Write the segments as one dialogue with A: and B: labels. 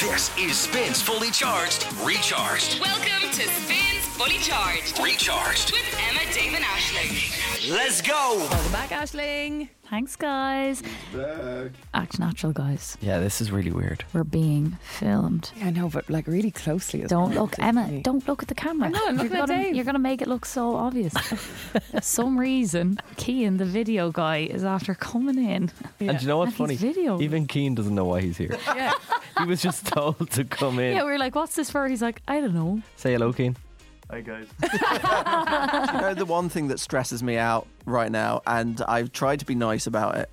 A: This is Spins Fully Charged, Recharged,
B: Welcome to Spins Fully Charged
A: Recharged.
B: with Emma Damon Ashling.
A: Let's go!
C: Welcome back, Ashling.
D: Thanks, guys. Act natural, guys.
E: Yeah, this is really weird.
D: We're being filmed.
C: Yeah, I know, but like really closely. as
D: Don't
C: well.
D: look, Emma. Don't look at the camera.
C: not, I'm
D: you're
C: looking at
D: gonna,
C: Dave.
D: You're gonna make it look so obvious. For some reason, Kean, the video guy, is after coming in.
E: And do you know what's
D: And
E: funny?
D: he's video.
E: Even Keen doesn't know why he's here. he was just told to come in.
D: Yeah, we were like, "What's this for?" He's like, "I don't know."
E: Say hello, Keen.
F: Hi guys.
G: You know, the one thing that stresses me out right now, and I've tried to be nice about it,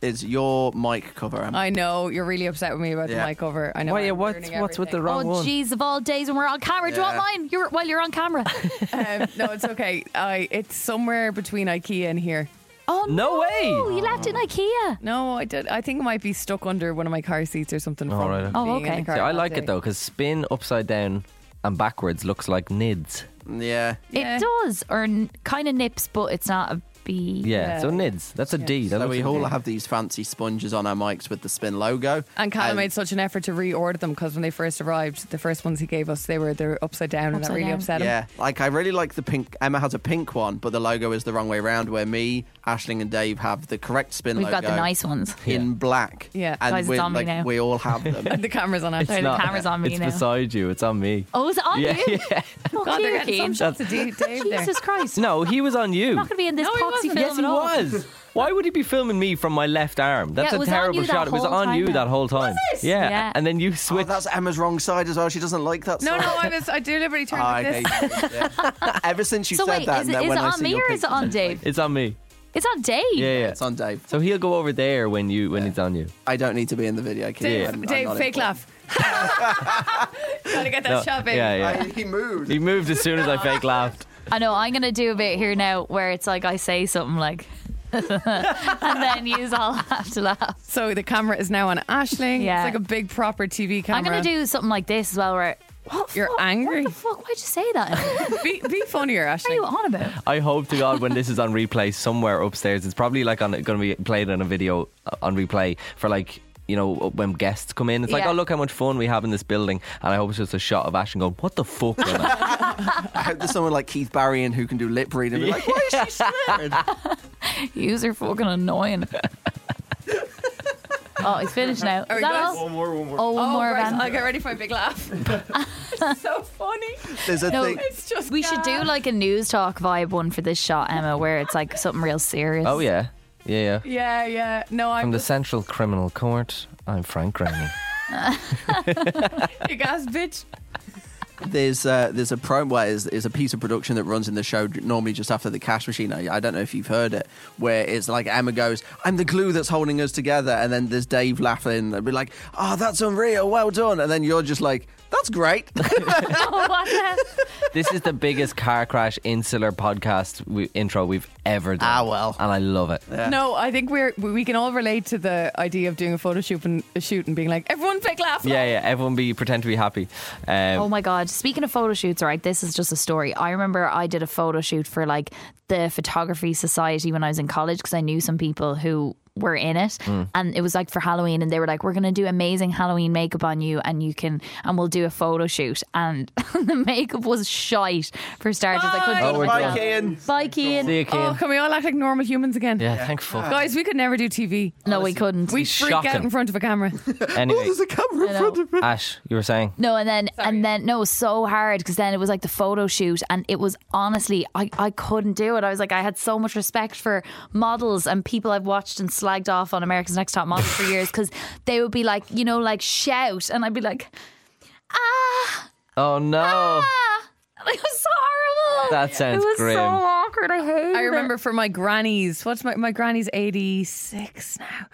G: is your mic cover. Em.
C: I know you're really upset with me about
G: Yeah.
C: the mic over. I know.
E: Why, yeah,
C: I'm
E: what's,
C: ruining
E: what's with the
C: everything.
E: wrong
D: oh,
E: one?
D: jeez, of all days when we're on camera, do you want
G: Yeah.
D: mine? You're, while you're on camera.
C: Um, no, it's okay. I it's somewhere between IKEA and here.
D: Oh
E: No way!
D: Oh, you left it in IKEA.
C: No, I did. I think it might be stuck under one of my car seats or something.
E: Oh,
C: from
E: right, okay.
D: Oh,
C: being in the
D: okay.
C: car
E: See, I
C: all
E: like
C: day.
E: it though, because spin upside down and backwards looks like nids.
G: Yeah.
C: Yeah.
D: It does, or kind of nips, but it's not a B.
E: Yeah,
C: Yeah.
E: so nids. That's a D. That
G: So
E: looks
G: we
E: like a
G: all
E: D.
G: have these fancy sponges on our mics with the spin logo.
C: And Callum made such an effort to reorder them because when they first arrived, the first ones he gave us, they were they're upside down, and that
D: Upside
C: really
D: down.
C: upset him.
G: Yeah, like I really like the pink. Emma has a pink one, but the logo is the wrong way around. Where me, Ashling, and Dave have the correct spin
D: We've
G: logo.
D: got the nice ones.
G: in black.
C: Yeah.
G: and
D: Guys, it's
G: we're,
D: on me
G: like,
D: now.
G: we all have them.
C: And the camera's on.
D: Sorry,
C: Actually,
D: the camera's on me
E: It's
D: now.
E: beside you. It's on me.
D: oh, is it on
E: Yeah,
D: you? Oh,
C: God, they're
D: dear,
C: getting some
D: Keane.
C: shots of Dave there.
D: Jesus Christ.
E: No, he was on you.
D: I'm not going to be in this
C: No, he
D: poxy
C: wasn't.
D: film
E: yes,
D: at
E: he
D: all.
E: was. Why would he be filming me from my left arm? That's
D: Yeah, it
E: a
D: was on
E: terrible
D: you that
E: shot. It was
D: whole
E: on
D: time
E: you
D: now.
E: that whole time. Yeah.
D: Yeah.
E: and then you
G: Oh,
E: switched.
G: that's Emma's wrong side as well. She doesn't like that.
C: No,
G: side.
C: no, I was. I deliberately turned
G: Ah,
C: like this.
G: okay. Yeah. Ever since you
D: So
G: said
D: wait,
G: that,
D: is
G: and
D: it,
G: then
D: is it
G: when I
D: on
G: see
D: me
G: your
D: or is it
G: picture,
D: on Dave?
E: it's on me.
D: It's on Dave.
E: Yeah, yeah.
G: It's on Dave.
E: So he'll go over there when you when it's on you.
G: I don't need to be in the video. Keith.
C: Dave,
G: I'm- I'm
C: Dave
G: not
C: fake
G: important.
C: laugh. Gotta get that
E: No,
C: shot, baby.
E: Oh, yeah, yeah.
G: he moved.
E: He moved as soon as I fake laughed.
D: I know. I'm going to do a bit here now where it's like I say something like, and then you all have to laugh.
C: So the camera is now on Ashling.
D: Yeah.
C: It's like a big proper TV camera.
D: I'm going to do something like this as well where, what?
C: You're
D: fuck?
C: angry.
D: What the fuck? Why'd you say that? what
C: Be, be funnier,
D: are you
C: Ashling.
D: on about?
E: I hope to God when this is on replay somewhere upstairs, it's probably like on going to be played on a video uh, on replay for like. You know, uh, when guests come in, it's like,
D: Yeah.
E: oh, look how much fun we have in this building. And I hope it's just a shot of Ash and going, what the fuck? was that?"
G: I hope there's someone like Keith Barry in who can do lip reading and be like, why is she swearing?
D: Yous are fucking annoying. oh, it's finished now. Is
C: we
D: that
C: good?
D: all?
F: One more, one more.
D: Oh, one
C: Oh,
D: more
C: right,
D: event.
C: I'll get ready for my big laugh. It's so funny.
G: There's a
D: No.
G: thing.
C: It's just
D: We should do
C: gas.
D: like a news talk vibe one for this shot, Emma, where it's like something real serious.
E: oh, yeah. Yeah, yeah.
C: Yeah, yeah. No, I'm
E: From the
C: just
E: Central Criminal Court, I'm Frank Graney.
C: a gas bitch.
G: There's uh, there's a promo. Well, is is a piece of production that runs in the show normally just after the cash machine. I, I don't know if you've heard it, where it's like Emma goes, "I'm the glue that's holding us together," and then there's Dave laughing and be like, "Oh, that's unreal, well done," and then you're just like, "That's great."
D: Oh, what the-
E: this is the biggest car crash insular podcast we- intro we've ever done.
G: Ah, well.
E: And I love it.
C: No, I think we're we we can all relate to the idea of doing a photo shoot and a shoot and being like, everyone fake laugh.
E: Yeah, yeah. Everyone be pretend to be happy. Um,
D: oh my god. Speaking of photo shoots, right, this is just a story. I remember I did a photo shoot for like the photography society when I was in college because I knew some people who were in it
E: Hmm.
D: and it was like for Halloween and they were like we're going to do amazing Halloween makeup on you and you can and we'll do a photo shoot and the makeup was shite for starters I couldn't
C: Bye.
D: do it
E: Oh, we're
G: Bye,
D: myself.
G: Ian.
D: Bye Keane.
E: See you, Cian.
C: Oh, can we all act like normal humans again?
E: yeah, thank fuck.
C: Guys, we could never do TV.
D: No, we couldn't.
C: We freak out
E: shocking.
C: in front of a camera.
E: Anyway,
G: oh, There's a camera in
D: know.
G: front of me.
E: Ash, you were saying?
D: No, and then and then no, it was so hard because then it was like the photo shoot, and it was honestly, I, I couldn't do it. I was like, I had so much respect for models and people I've watched and slagged off on America's Next Top Model for years because they would be like, you know, like shout, and I'd be like, ah,
E: Oh no.
D: ah, And it was so horrible.
E: That sounds
D: it was
E: grim.
D: so awkward. I hate.
C: I remember for my granny's. What's my my granny's eighty six now,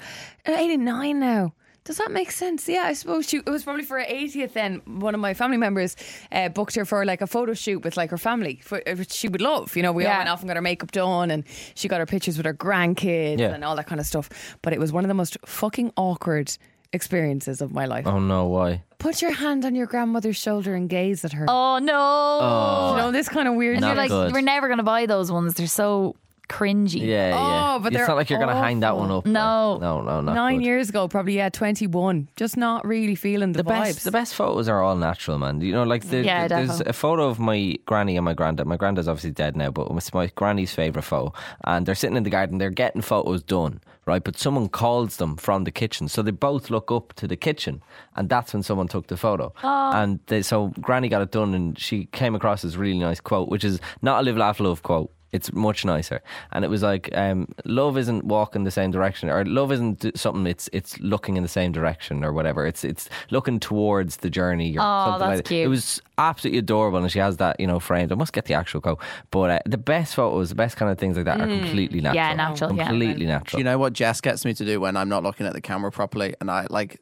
C: eighty nine now. Does that make sense? Yeah, I suppose she. It was probably for her eightieth. Then one of my family members uh, booked her for like a photo shoot with like her family, for, uh, which she would love. You know, we all
D: Yeah.
C: went off and got her makeup done, and she got her pictures with her grandkids
E: Yeah.
C: and all that kind of stuff. But it was one of the most fucking awkward experiences of my life.
E: Oh no, why?
C: Put your hand on your grandmother's shoulder and gaze at her.
D: Oh no!
C: you know this kind of weird.
D: and you're
E: Not
D: like,
E: good.
D: we're never gonna buy those ones. They're so cringy.
E: Yeah, yeah.
C: Oh, but
E: it's
C: they're
E: not like you're going to hang that one up.
D: No.
E: no, no, Oh, not
C: Nine
E: good.
C: years ago, probably, yeah, 21. Just not really feeling the,
E: the
C: vibes.
E: best the best photos are all natural man you know like the,
D: Yeah,
E: the- there's
D: defo.
E: a photo of my granny and my granddad my granddad's obviously dead now but it's my granny's favourite photo and they're sitting in the garden they're getting photos done right but someone calls them from the kitchen so they both look up to the kitchen and that's when someone took the photo
D: Oh.
E: and they, so granny got it done and she came across this really nice quote which is not a live laugh love quote it's much nicer. And it was like, um, love isn't walking the same direction, or love isn't d- something. It's it's looking in the same direction, or whatever. It's it's looking towards the journey. Or
D: Aw,
E: something
D: Oh, that's
E: like that.
D: cute.
E: It was absolutely adorable, and she has that you know framed. I must get the actual quote. But uh, the best photos, the best kind of things like that, are completely natural.
D: Mm. Yeah, natural, yeah.
E: completely
G: Do
E: natural.
G: you know what Jess gets me to do when I'm not looking at the camera properly? And I like,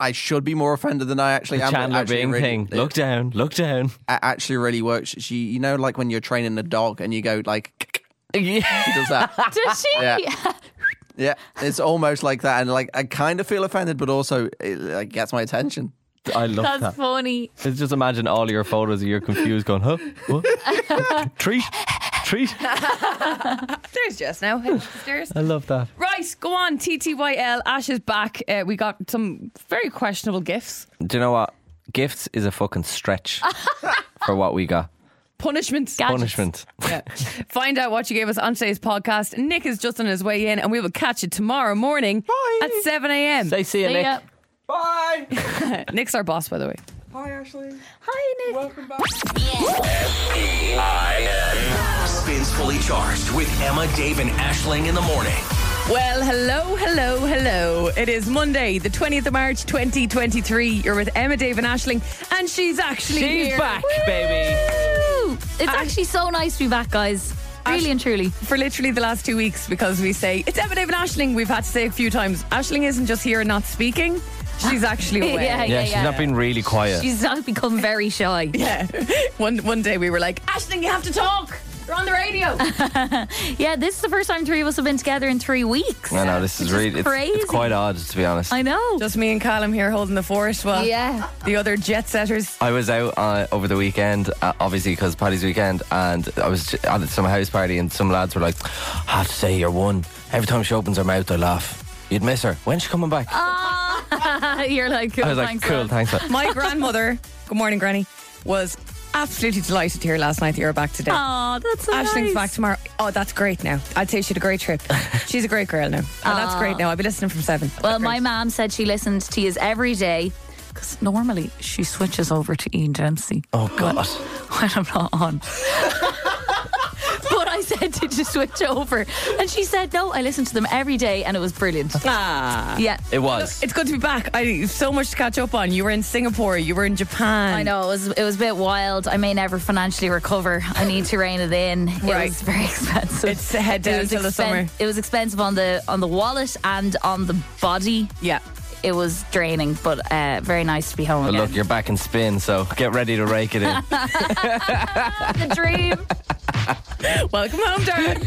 G: I should be more offended than I actually am. but
E: Chandler
G: actually
E: Bing
G: really-
E: thing. Look down, look down.
G: a- actually really works. She, you know, like when you're training a dog and you go like, she does that.
D: Does she?
G: Yeah. yeah, it's almost like that, and like I kind of feel offended, but also it like, gets my attention.
E: I love
D: That's
E: that.
D: funny.
E: It's just imagine all your photos. You're confused, going, huh? What? treat, treat.
C: There's just now. Hey, sisters.
E: I love that.
C: Right, go on. TTYL, Ash is back. Uh, we got some very questionable gifts.
E: Do you know what? Gifts is a fucking stretch for what we got.
C: Punishments.
D: Gadgets.
E: Punishment.
C: Yeah. Find out what you gave us on today's podcast. Nick is just on his way in, and we will catch you tomorrow morning
E: Bye.
C: at 7 a.m.
E: Say, see you,
D: See
E: Nick.
D: ya.
C: Nick's our boss, by the way.
D: Hi, Nick.
A: Spins fully charged with Emma, Dave, and Ashling in the morning.
C: Well, hello, hello, hello. It is Monday, the 20th of March, 2023. You're with Emma, Dave, and Ashling, and she's actually
E: She's
C: here.
E: back, baby.
D: Woo! It's actually so nice to be back, guys. Really and truly.
C: for literally the last two weeks because we say it's Emma, Dave, and Ashling. We've had to say a few times. Ashling isn't just here and not speaking. She's actually away.
D: Yeah,
E: Yeah, she's not been really quiet.
D: She's not become very shy.
C: One one day we were like, Ashling, you have to talk. You're on the radio.
D: Yeah, this is the first time three of us have been together in three weeks.
E: I know this is
D: Which
E: really it's,
D: crazy.
E: it's quite odd to be honest.
D: I know.
C: Just me and Callum here holding the fort. Well,
D: yeah.
C: the other jet setters.
E: I was out uh, over the weekend, uh, obviously because Paddy's weekend, and I was j- at some house party, and some lads were like, "I have to say you're one." Every time she opens her mouth, I laugh. You'd miss her. When's she coming back?
D: You're like, cool,
E: I was like,
D: Oh, thanks,
E: "Cool,
D: love."
E: thanks." lad."
C: My grandmother, good morning, Granny, was absolutely delighted to hear last night that you're back today.
D: Aw, that's so
C: Ashling's
D: nice.
C: back tomorrow. Oh, that's great now. I'd say she had a great trip. She's a great girl now. Oh, that's great now. I'll be listening from seven.
D: Well,
C: Great.
D: my mom said she listened to you every day because normally she switches over to Ian Dempsey
E: Oh God.
D: when I'm not on. but I said, did you switch over? And she said, no, I listened to them every day and it was brilliant.
C: Ah.
D: Yeah.
E: It was.
C: It's good to be back. I so much to catch up on. You were in Singapore. You were in Japan.
D: I know it was it was a bit wild. I may never financially recover. I need to rein it in. It
C: Right.
D: was very expensive.
C: It's a head down
D: was
C: till the summer.
D: It was expensive on the on the wallet and on the body.
C: Yeah.
D: It was draining, but uh, very nice to be home
E: But
D: again.
E: look, you're back in spin, so get ready to rake it in.
D: the dream.
C: Welcome home, darling.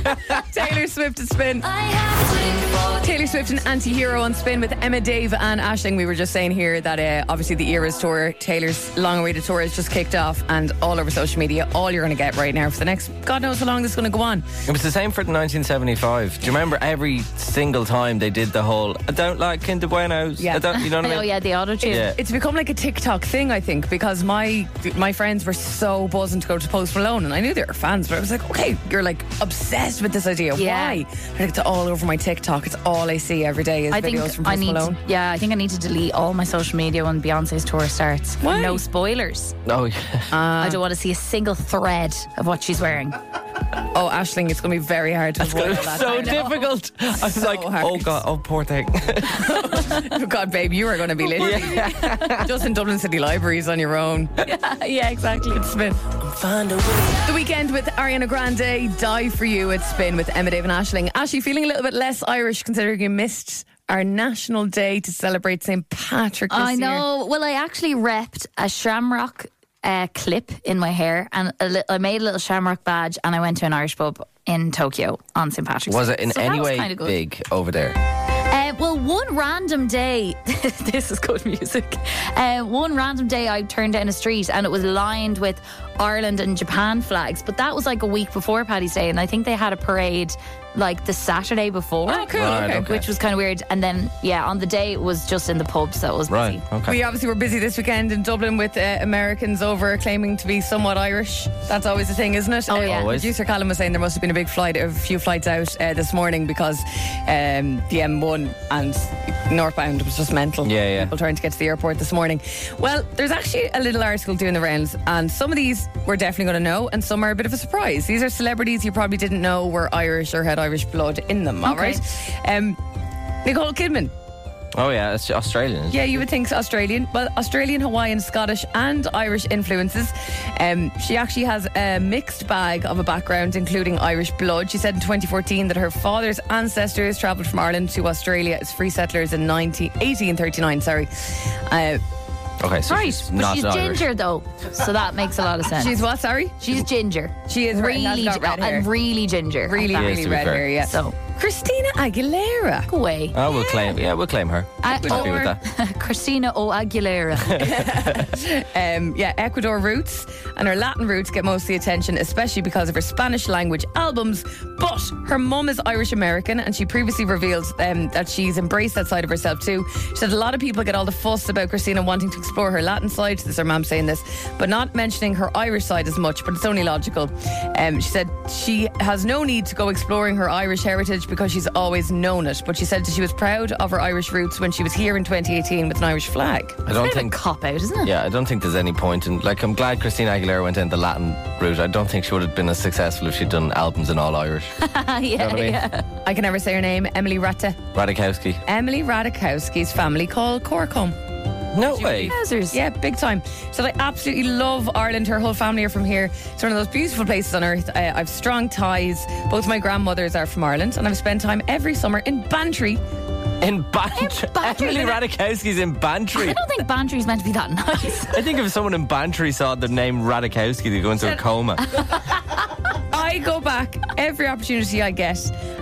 C: Taylor Swift to spin.
D: I have a dream for
C: Taylor Swift, an anti-hero on spin with Emma, Dave and Ashling. We were just saying here that uh, obviously the Eras tour, Taylor's long-awaited tour has just kicked off and all over social media, all you're going to get right now for the next, God knows how long this is going to go on.
E: It was the same for the 1975. Do you remember every single time they did the whole "I don't like Kinder Buenos"?
C: Yeah.
E: I don't, you know what I mean?
D: Oh yeah, the auto tune.
E: Yeah.
C: It's become like a TikTok thing, I think, because my my friends were so buzzing to go to Post Malone, and I knew they were fans, but I was like, okay, you're like obsessed with this idea.
D: Yeah.
C: Why? They're Like, it's all over my TikTok. It's all I see every day is
D: I
C: videos
D: think
C: from Post
D: I need.
C: Malone.
D: Yeah, I think I need to delete all my social media when Beyonce's tour starts.
C: Why? Ah.
D: No spoilers.
E: Oh, yeah.
D: I don't want to see a single thread of what she's wearing.
C: Oh, Ashling, it's going to be very hard to avoid all that.
E: so
C: time.
E: difficult. I was
C: So
E: like,
C: hard.
E: oh god, oh poor thing.
C: Oh, God, babe, you are going to be literally just in Dublin City Libraries on your own.
D: yeah, exactly.
C: It's Spin. The weekend with Ariana Grande, Die for You at Spin with Emma Dave and Ashling. Ash, you feeling a little bit less Irish considering you missed our national day to celebrate St. Patrick this
D: I
C: year.
D: know. Well, I actually repped a shamrock uh, clip in my hair, and a li- I made a little shamrock badge, and I went to an Irish pub in Tokyo on St Patrick's.
E: was
D: Day.
E: it in
D: So that
E: any
D: was
E: way
D: kinda good.
E: big over there?
D: Uh, Well, one random day, this is good music. Uh, one random day, I turned down a street and it was lined with Ireland and Japan flags. But that was like a week before Paddy's Day, and I think they had a parade like the Saturday before.
C: Oh, cool.
E: Right,
C: okay.
E: okay.
D: Which was kind of weird. And then, yeah, on the day, it was just in the pubs, so it was
E: Right.
D: busy.
E: Okay.
C: We obviously were busy this weekend in Dublin with uh, Americans over claiming to be somewhat Irish. That's always a thing, isn't it? Uh,
D: Oh, yeah.
E: Always.
C: Producer Colin was saying there must have been a big flight, a few flights out uh, this morning because um, the M1 and northbound was just mental.
E: Yeah, yeah.
C: People trying to get to the airport this morning. Well, there's actually a little article doing the rounds, and some of these we're definitely going to know, and some are a bit of a surprise. These are celebrities you probably didn't know were Irish or had Irish blood in them. All
D: Okay.
C: right. Um, Nicole Kidman.
E: Oh yeah, it's Australian.
C: Yeah, you would think so, Australian. Well, Australian, Hawaiian, Scottish, and Irish influences. Um, she actually has a mixed bag of a background, including Irish blood. She said in 2014 that her father's ancestors travelled from Ireland to Australia as free settlers in 19, 1839. Sorry. Uh,
E: Okay, so
D: Right,
E: she's
D: but
E: not
D: she's
E: Irish.
D: ginger though, so that makes a lot of sense.
C: she's what? Sorry?
D: She's ginger.
C: She is red,
D: really,
C: and that's not red
D: gi- and
C: hair.
D: really ginger.
C: Really,
E: Yes,
C: really
E: to be
C: red
E: fair.
C: hair, yeah.
D: So
C: Christina Aguilera.
D: go away.
E: Oh, we'll claim. Yeah, we'll claim her.
D: I-
E: Happy
D: Uh, or-
E: with that.
D: Christina O Aguilera.
C: Um, yeah, Ecuador roots and her Latin roots get most of the attention, especially because of her Spanish language albums. But her mum is Irish American, and she previously revealed um, that she's embraced that side of herself too. She said a lot of people get all the fuss about Christina wanting to explore her Latin side. This is her mum saying this, but not mentioning her Irish side as much. But it's only logical. Um, she said she has no need to go exploring her Irish heritage because she's always known it. But she said she was proud of her Irish roots when she was here in 2018 with an Irish flag.
E: I don't think.
D: Cop out, isn't it?
E: Yeah, I don't think there's any point in. Like, I'm glad Christina Aguilera went down the Latin route. I don't think she would have been as successful if she'd done albums in all Irish. you
D: Yeah,
E: know what I mean?
C: I can never say her name. Emily Ratta.
E: Radikowski.
C: Emily Radikowski's family called Corcombe.
E: No way.
D: Trousers.
C: Yeah, big time. So I absolutely love Ireland. Her whole family are from here. It's one of those beautiful places on earth. Uh, I have strong ties. Both my grandmothers are from Ireland, and I've spent time every summer in Bantry.
E: In Bantry.
D: Bantry,
E: Emily
D: isn't
E: Radikowski's in Bantry.
D: I don't think Bantry's meant to be that nice.
E: I think if someone in Bantry saw the name Radikowski, they'd go into a coma.
C: I go back every opportunity I get,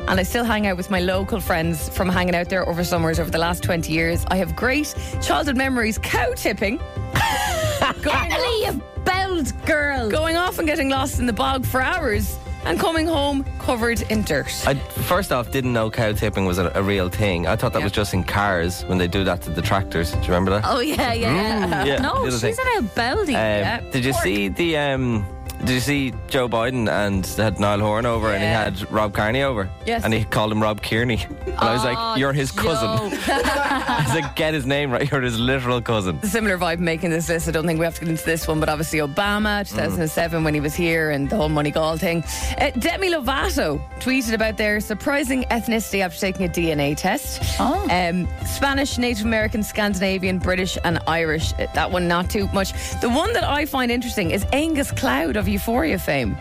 C: and I still hang out with my local friends from hanging out there over summers over the last 20 years. I have great childhood memories cow tipping. going
D: Emily, you bald girl.
C: going off and getting lost in the bog for hours and coming home covered in dirt.
E: I first off didn't know cow tipping was a, a real thing. I thought that was just in cars when they do that to the tractors. Do you remember that?
D: Oh yeah, yeah.
E: yeah,
D: no,
E: little
D: she's
E: thing.
D: an old baldy.
E: Um, did you see the? Um, did you see Joe Biden and they had Niall Horan over and he
C: Yeah.
E: had Rob Kearney over?
C: Yes. Oh,
E: And he called him Rob Kearney. And I was like, you're his cousin. I was like, get his name right. You're his literal cousin.
C: a similar vibe making this list. I don't think we have to get into this one, but obviously Obama,
E: Mm.
C: 2007 when he was here, and the whole money gall thing. Uh, Demi Lovato tweeted about their surprising ethnicity after taking a DNA test.
D: Oh.
C: Um, Spanish, Native American, Scandinavian, British, and Irish. Uh, That one not too much. The one that I find interesting is Angus Cloud of Euphoria fame.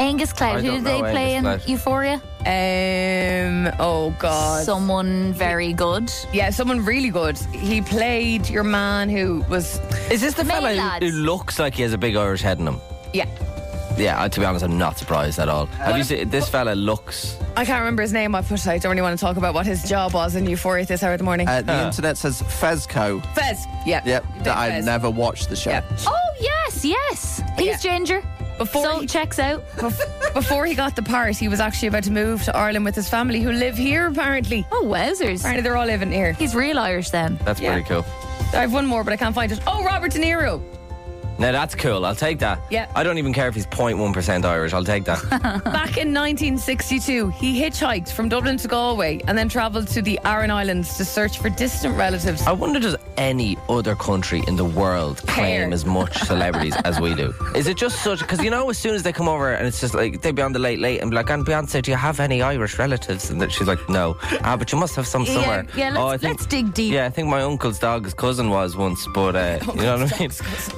D: Angus
E: I
D: Cloud. Who
E: don't
D: did they
E: know
D: play
E: Angus
D: in
E: Cloud.
D: Euphoria?
C: Um, oh God.
D: Someone very good.
C: Yeah, someone really good. He played your man who was.
E: Is this the
D: Main
E: fella
D: lads.
E: who looks like he has a big Irish head in him?
C: Yeah,
E: Yeah, I- to be honest, I'm not surprised at all. Have you seen this fella looks?
C: I can't remember his name. I put. I don't really want to talk about what his job was in Euphoria at this hour of the morning.
G: Uh, the internet says Fezco.
C: Fez. Yeah.
G: Yep,
C: Big
G: that I
C: Fez.
G: never watched the show.
C: Yeah.
D: Oh yes, yes. He's ginger.
C: Before
D: so
C: he-
D: checks out.
C: Bef- Before he got the part, he was actually about to move to Ireland with his family, who live here apparently.
D: Oh wowzers.
C: Apparently, they're all living here.
D: He's real Irish then.
E: That's
C: Yeah.
E: pretty cool.
C: I have one more, but I can't find it. Oh, Robert De Niro.
E: Now that's cool. I'll take that.
C: Yeah.
E: I don't even care if he's 0.1% Irish. I'll take that.
C: Back in 1962, he hitchhiked from Dublin to Galway and then travelled to the Aran Islands to search for distant relatives.
E: I wonder does any other country in the world claim
C: Care.
E: as much celebrities as we do? Is it just such? Because you know, as soon as they come over and it's just like they'd be on the late late and be like, "And Beyonce, do you have any Irish relatives?" And that she's like, "No." Ah, but you must have some
D: Yeah,
E: somewhere.
D: yeah, let's- let's dig deep.
E: Yeah, I think my uncle's dog's cousin was once, but uh, you know what I mean?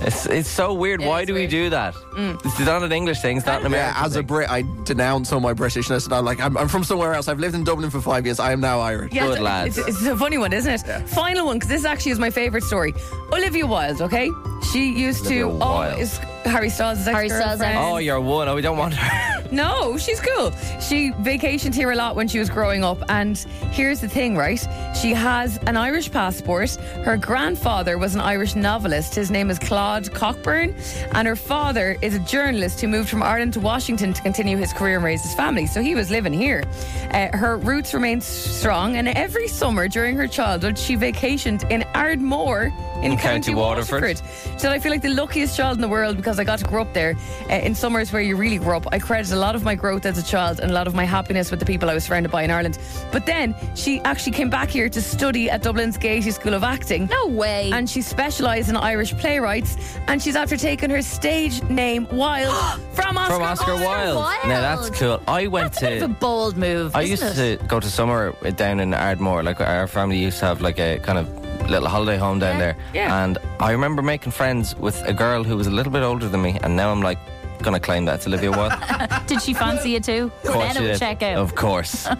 E: It's it's so weird. Why
C: is
E: do
C: weird.
E: we do that?
D: Mm.
E: It's not an English thing. It's not an
G: Yeah,
E: American.
G: as a
E: thing.
G: Brit, I denounce all my Britishness, and I'm like, I'm, I'm from somewhere else. I've lived in Dublin for five years. I am now Irish.
C: Yeah,
E: Good
C: it's-
E: lads.
C: It's, it's a funny one, isn't it? Final one, because this actually is my favourite story. Olivia Wilde, okay? She used
E: Olivia
C: to.
E: Wilde.
C: Oh, is Harry Styles' ex
D: Harry Styles' ex.
E: Oh, you're one. Oh, we don't want her.
C: No, she's cool. She vacationed here a lot when she was growing up. And here's the thing, right? She has an Irish passport. Her grandfather was an Irish novelist. His name is Claude Cockburn. And her father is a journalist who moved from Ireland to Washington to continue his career and raise his family. So he was living here. Uh, her roots remain strong. And every summer during her childhood, she vacationed in Ardmore in,
E: In
C: County,
E: County Waterford.
C: Waterford. She said, I feel like the luckiest child in the world because I got to grow up there. Uh, in summers where you really grow up, I credit a lot of my growth as a child and a lot of my happiness with the people I was surrounded by in Ireland. But then she actually came back here to study at Dublin's Gaiety School of Acting.
D: No way.
C: And she specialised in Irish playwrights. And she's after taking her stage name, Wilde, from Oscar,
E: From Oscar, Wilde.
D: Wilde.
E: Now that's cool. I went
D: that's a
E: to.
D: bit of a bold move.
E: I
D: isn't
E: used
D: it?
E: to go to summer down in Ardmore. Like our family used to have like a kind of little holiday home down there.
C: yeah.
E: And I remember making friends with a girl who was a little bit older than me, and now I'm like gonna claim that's Olivia Wilde. Of
D: Did she fancy it too?
E: course
D: then
E: she
D: it would
E: did.
D: check out.
E: Of course.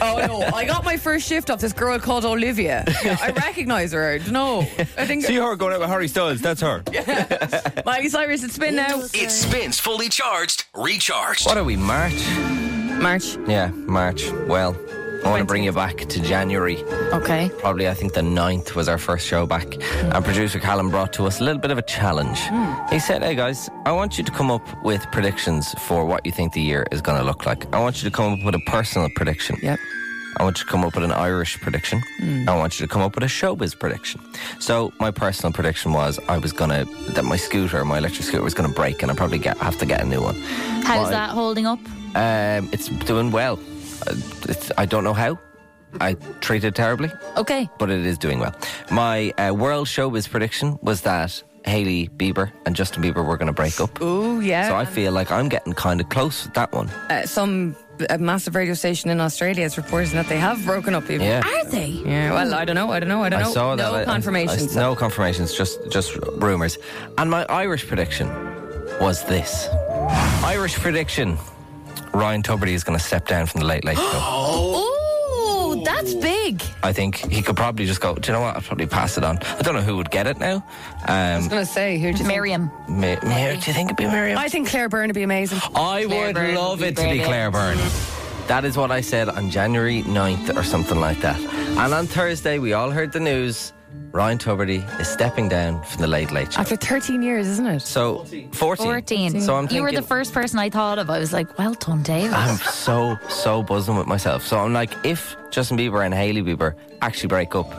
C: Oh no! I got my first shift off this girl called Olivia. Yeah, I recognise her. No, I think
E: See her going out with Harry Styles. That's her.
C: Miley Cyrus. It's been now
A: It spins fully charged, recharged.
E: What are we? March.
C: March.
E: Yeah, March. Well, I want to bring you back to January.
D: Okay.
E: Probably, I think the 9th was our first show back. And producer Callum brought to us a little bit of a challenge. He said, Hey guys, I want you to come up with predictions for what you think the year is going to look like. I want you to come up with a personal prediction.
C: Yep.
E: I want you to come up with an Irish prediction. I want you to come up with a showbiz prediction. So my personal prediction was I was gonna that my scooter, my electric scooter, was gonna break, and I probably get have to get a new one.
D: How's that holding up?
E: Um, it's doing well. Uh, It's, I don't know how. I treated terribly,
D: Okay.
E: but it is doing well. My uh, world showbiz prediction was that Haley Bieber and Justin Bieber were going to break up.
C: Oh yeah.
E: So I feel like I'm getting kind of close with that one.
C: uh, some a massive radio station in Australia is reporting that they have broken up. Even.
E: Yeah.
D: Are they?
C: Yeah, Well, I don't know. I don't know. I don't
E: I
C: know.
E: saw that.
C: no
E: I- I-
C: confirmations.
E: I- no confirmations. Just just rumors. And my Irish prediction was this. Irish prediction: Ryan Tuberty is going to step down from the Late Late Show.
D: Oh, that's big.
E: I think he could probably just go. Do you know what? I'll probably pass it on. I don't know who would get it now. Um,
C: I was going to say, who do you think?
D: Miriam.
E: Ma- Mar- do you think it'd be Miriam?
C: I think Claire Byrne would be amazing.
E: I
D: Claire
E: would
D: Byrne
E: love
D: would
E: it
D: be
E: to be
D: brilliant.
E: Claire Byrne. That is what I said on January 9th or something like that. And on Thursday, we all heard the news. Ryan Tuberty is stepping down from the Late Late Show.
C: After 13 years, isn't it?
E: So
D: 14.
E: 14. So I'm thinking, Um,
D: you were the first person I thought of. I was like, well done, David.
E: I'm so so buzzing with myself. So I'm like, if Justin Bieber and Hailey Bieber actually break up,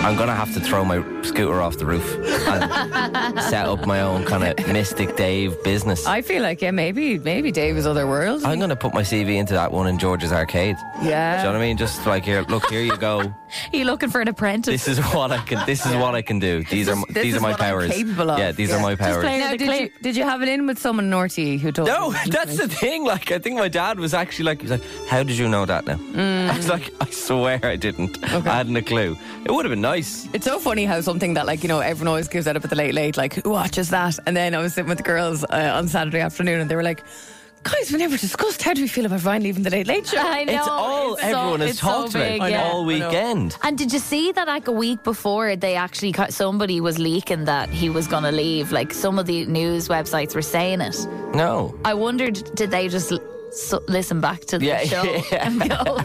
E: I'm gonna have to throw my scooter off the roof and set up my own kind of Mystic Dave business. I-
C: I feel like, yeah, maybe maybe Dave is otherworld.
E: am gonna put my CV into that one in George's Arcade. Do you know
C: yeah.
E: what I mean? Just like here, look, here you go.
D: you looking for an apprentice?
E: This is what I can. This is what I can do. These are my,
C: this
E: these
C: is
E: are my
C: what I'm
E: powers.
C: capable of.
E: Yeah, these
C: Yeah.
E: are my
D: Just
E: powers.
D: play
C: Now,
D: The
C: did
D: clip.
C: you, did you have it in with someone naughty who told
E: No,
C: you these
E: that's the
C: things?
E: thing. Like, I think my dad was actually like, he was like, "How did you know that?" Now I was like, "I swear I didn't. I hadn't a clue. It would have been nice."
C: It's so funny how something that, like, you know, everyone always gives out up at the late, late, like, who watches that? And then I was sitting with the girls uh, on Saturday afternoon and they were like, guys, we never discussed how do we feel about Ryan leaving the late, late show?
D: I know.
E: it's all
D: it's so-
E: everyone has
D: it's so
E: talked
D: big,
E: about
D: yeah.
E: all weekend.
D: And did you see that like a week before they actually cut, somebody was leaking that he was going to leave? Like some of the news websites were saying it.
E: No,
D: I wondered, did they just l- so, listen back to the
E: Yeah,
D: show
E: yeah.
D: and go,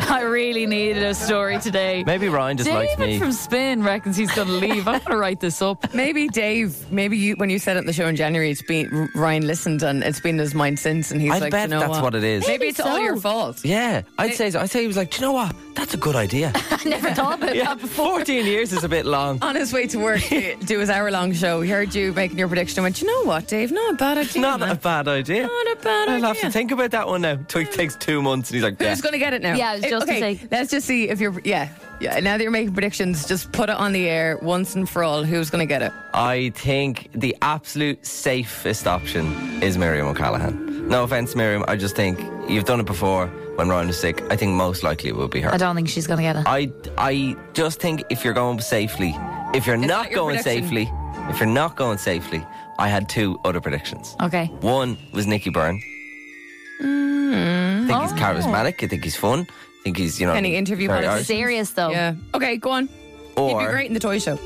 D: I really needed a story today.
E: maybe Ryan just
D: David
E: likes me.
D: from Spin reckons he's going to leave. I'm going to write this up.
C: Maybe Dave. Maybe you when you said it in the show in January, it's been Ryan listened and it's been in his mind since, and he's
E: I
C: like,
E: bet
C: you know
E: that's what it is.
C: Maybe it's all
D: so.
C: your fault.
E: yeah, I'd say so. I'd say he was like, "Do you know what? That's a good idea."
D: Never thought about
E: yeah,
D: that before.
E: fourteen years is a bit long.
C: On his way to work to do his hour long show, he heard you making your prediction. and Went, you know what, Dave? Not a bad idea.
E: Not
C: man.
E: a bad idea.
C: Not a bad
E: I'll have
C: idea.
E: to think about that one now. It takes two months, and he's like, yeah.
C: Who's going to get it now?
D: Yeah, I was
C: Eh,
D: just
C: okay.
D: gonna say-
C: Let's just see if you're. Yeah, yeah. Now that you're making predictions, just put it on the air once and for all. Who's going to get it?
E: I think the absolute safest option is Miriam O'Callaghan. No offense, Miriam. I just think you've done it before when Ryan was sick. I think most likely it will be her.
D: I don't think she's going to get it.
E: I, I just think if you're going safely, if you're not
C: not your
E: going
C: prediction.
E: safely, if you're not going safely, I had two other predictions.
D: Okay.
E: One was Nicky Byrne.
C: Mm-hmm.
E: I think he's charismatic. I think he's fun. I think he's you know
C: Any Oh. interview
E: very
C: policies?
E: Irish.
D: Serious though.
C: Yeah. Okay, go on. He'd be
E: or
C: great in the toy show.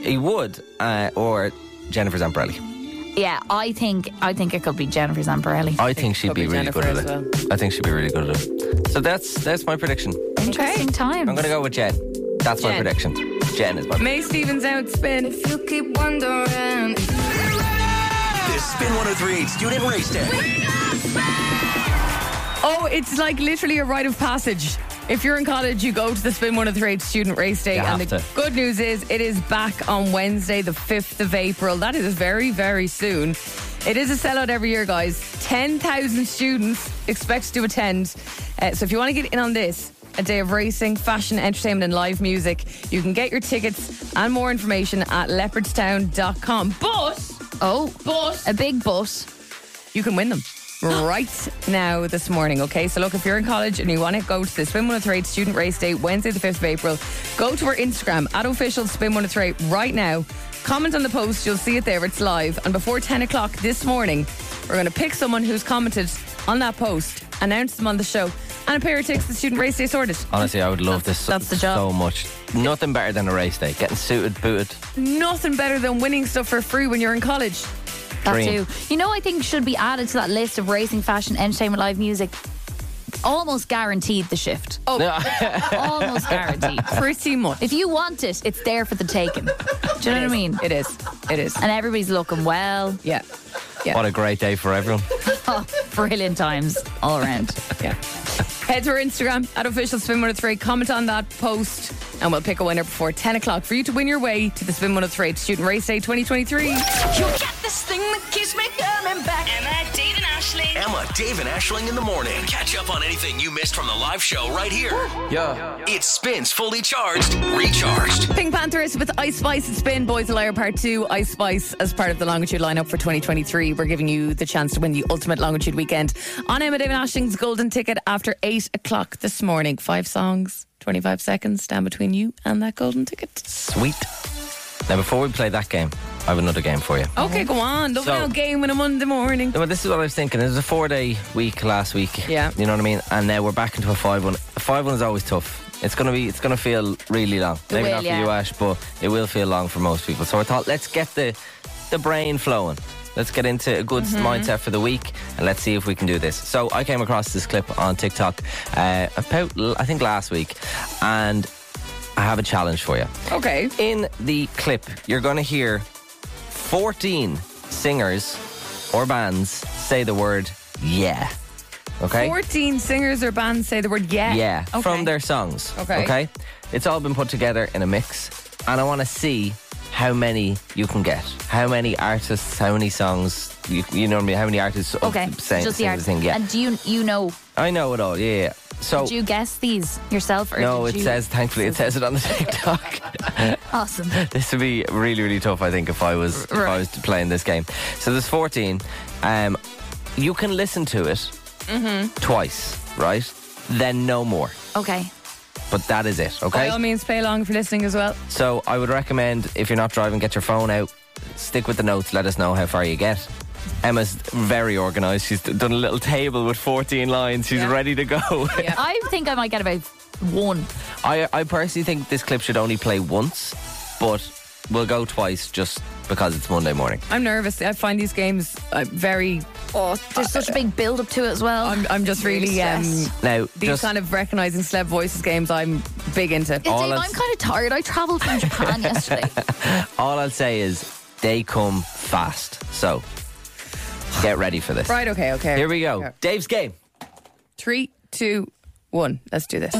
E: he would uh, or Jennifer Zambrelli.
D: Yeah, I think I think it could be Jennifer Zamparelli.
E: I think she'd
C: probably
E: be really
C: Jennifer
E: good at
C: as
E: it. I think she'd be really good at it. So that's that's my prediction.
D: Interesting times.
E: I'm gonna go with Jen. That's my
C: Jen.
E: prediction. Jen is my
C: May Stevens out spin.
F: If you keep wondering,
A: This Spin 1038 Student Race Day.
C: Oh, it's like literally a rite of passage. If you're in college, you go to the Spin 103 student race day.
E: You
C: and
E: have
C: the
E: to.
C: good news is it is back on Wednesday, the 5th of April. That is very, very soon. It is a sellout every year, guys. 10,000 students expect to attend. Uh, so if you want to get in on this, a day of racing, fashion, entertainment, and live music, you can get your tickets and more information at leopardstown.com. But,
D: Oh,
C: but,
D: a big but.
C: you can win them right now this morning. Okay, so look, if you're in college and you want to go to the Spin 103 Student Race Day, Wednesday, the 5th of April, go to our Instagram at official Spin 103 right now. Comment on the post, you'll see it there, it's live. And before 10 o'clock this morning, we're going to pick someone who's commented on that post, announce them on the show, and a pair of tickets to the Student Race Day sorted.
E: Honestly, I would love
C: That's-
E: this
C: that's the
E: so,
C: job.
E: much. Nothing better than a race day. Getting suited, booted.
C: Nothing better than winning stuff for free when you're in college.
D: That
E: Dream.
D: too. You know, I think should be added to that list of racing, fashion, entertainment, live music. Almost guaranteed the shift.
C: Oh,
D: Almost guaranteed.
C: pretty much.
D: If you want it, it's there for the taking. Do you know what I mean?
C: It is. It is.
D: And everybody's looking well.
C: Yeah.
E: What a great day for everyone.
D: Brilliant times all around.
C: Yeah. Head to our Instagram at official Spin 103. Comment on that post, and we'll pick a winner before 10 o'clock for you to win your way to the Spin 103 Student Race Day
B: You
C: 2023.
B: get this thing that keeps me coming back. Emma, Dave, and Ashling.
A: Emma, Dave, and Ashling in the morning. Catch up on anything you missed from the live show right here.
E: Yeah.
A: It spins fully charged, recharged.
C: Pink Panthers with Ice Spice and Spin Boys a Liar Part 2. Ice Spice as part of the Longitude lineup for 2023. We're giving you the chance to win the ultimate Longitude weekend on Emma David Ashing's Golden Ticket after 8 o'clock this morning. Five songs, 25 seconds stand between you and that Golden Ticket.
E: Sweet. Now, before we play that game, I have another game for you.
C: Okay, go on. Love
E: So-
C: now game on a Monday morning.
E: No, but this is what I was thinking. It was a four day week last week.
C: Yeah.
E: You know what I mean? And now we're back into a five one. A five one is always tough. It's gonna be it's gonna feel really long. Maybe
D: will,
E: not for
D: yeah.
E: you, Ash, but it will feel long for most people. So I thought let's get the the brain flowing. Let's get into a good
D: Mm-hmm.
E: mindset for the week and let's see if we can do this. So I came across this clip on TikTok uh, about l- I think last week and I have a challenge for you.
C: Okay.
E: In the clip, you're going to hear 14 singers or bands say the word yeah. Okay?
C: 14 singers or bands say the word yeah.
E: Yeah,
C: Okay.
E: from their songs.
C: Okay.
E: Okay? It's all been put together in a mix, and I want to see how many you can get. How many artists, how many songs, you, you know what I mean? How many artists of
D: Okay.
E: the same,
D: Just
E: same
D: the arts.
E: thing. Yeah.
D: And do you you know
E: I know it all. Yeah, yeah, yeah. So.
D: do you guess these yourself or
E: no,
D: did
E: it
D: you-
E: says, thankfully, it says it on the TikTok.
D: awesome.
E: this would be really really tough i think if i was if i
D: Right.
E: was playing this game so there's 14 um you can listen to it
C: Mm-hmm.
E: twice right then no more
D: Okay.
E: but that is it
C: By
E: okay
C: all means, play along for listening as well.
E: so i would recommend if you're not driving get your phone out stick with the notes let us know how far you get Emma's very organised. She's done a little table with 14 lines. She's
C: Yeah.
E: ready to go.
C: Yeah.
D: I think I might get about one.
E: I, I personally think this clip should only play once, but we'll go twice just because it's Monday morning.
C: I'm nervous. I find these games uh, very.
D: Oh, there's such a big build up to it as well.
C: I'm, I'm just really. Um,
D: stressed.
E: Now,
C: these
E: just,
C: kind of recognizing celeb voices games, I'm big into.
D: Dave,
E: all
D: I'm
E: is-
D: kind of tired. I travelled from Japan yesterday.
E: All I'll say is they come fast. So get ready for this.
C: Right, okay, okay.
E: Here we go.
C: Okay.
E: Dave's game.
C: Three, two, one. Let's do this.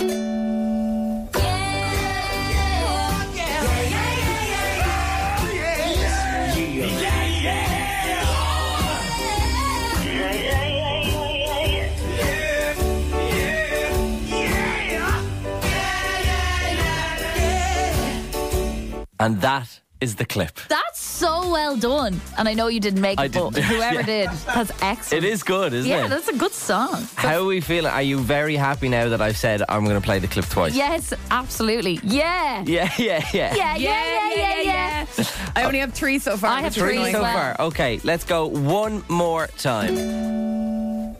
E: And that is the clip.
D: That's so well done. And I know you didn't make
E: I
D: it, but
E: didn't.
D: whoever
E: Yeah.
D: did, that's excellent.
E: It is good, isn't
D: Yeah,
E: it?
D: that's a good song.
E: How are we feeling? Are you very happy now that I've said I'm going to play the clip twice?
D: Yes, absolutely. Yeah.
E: Yeah, yeah, yeah.
D: Yeah, yeah, yeah, yeah, yeah.
C: yeah. I only have three so far.
D: I have
C: which is
D: three
E: Three
C: annoying.
E: so
D: well. Mm.
E: far. Okay, let's go one more time.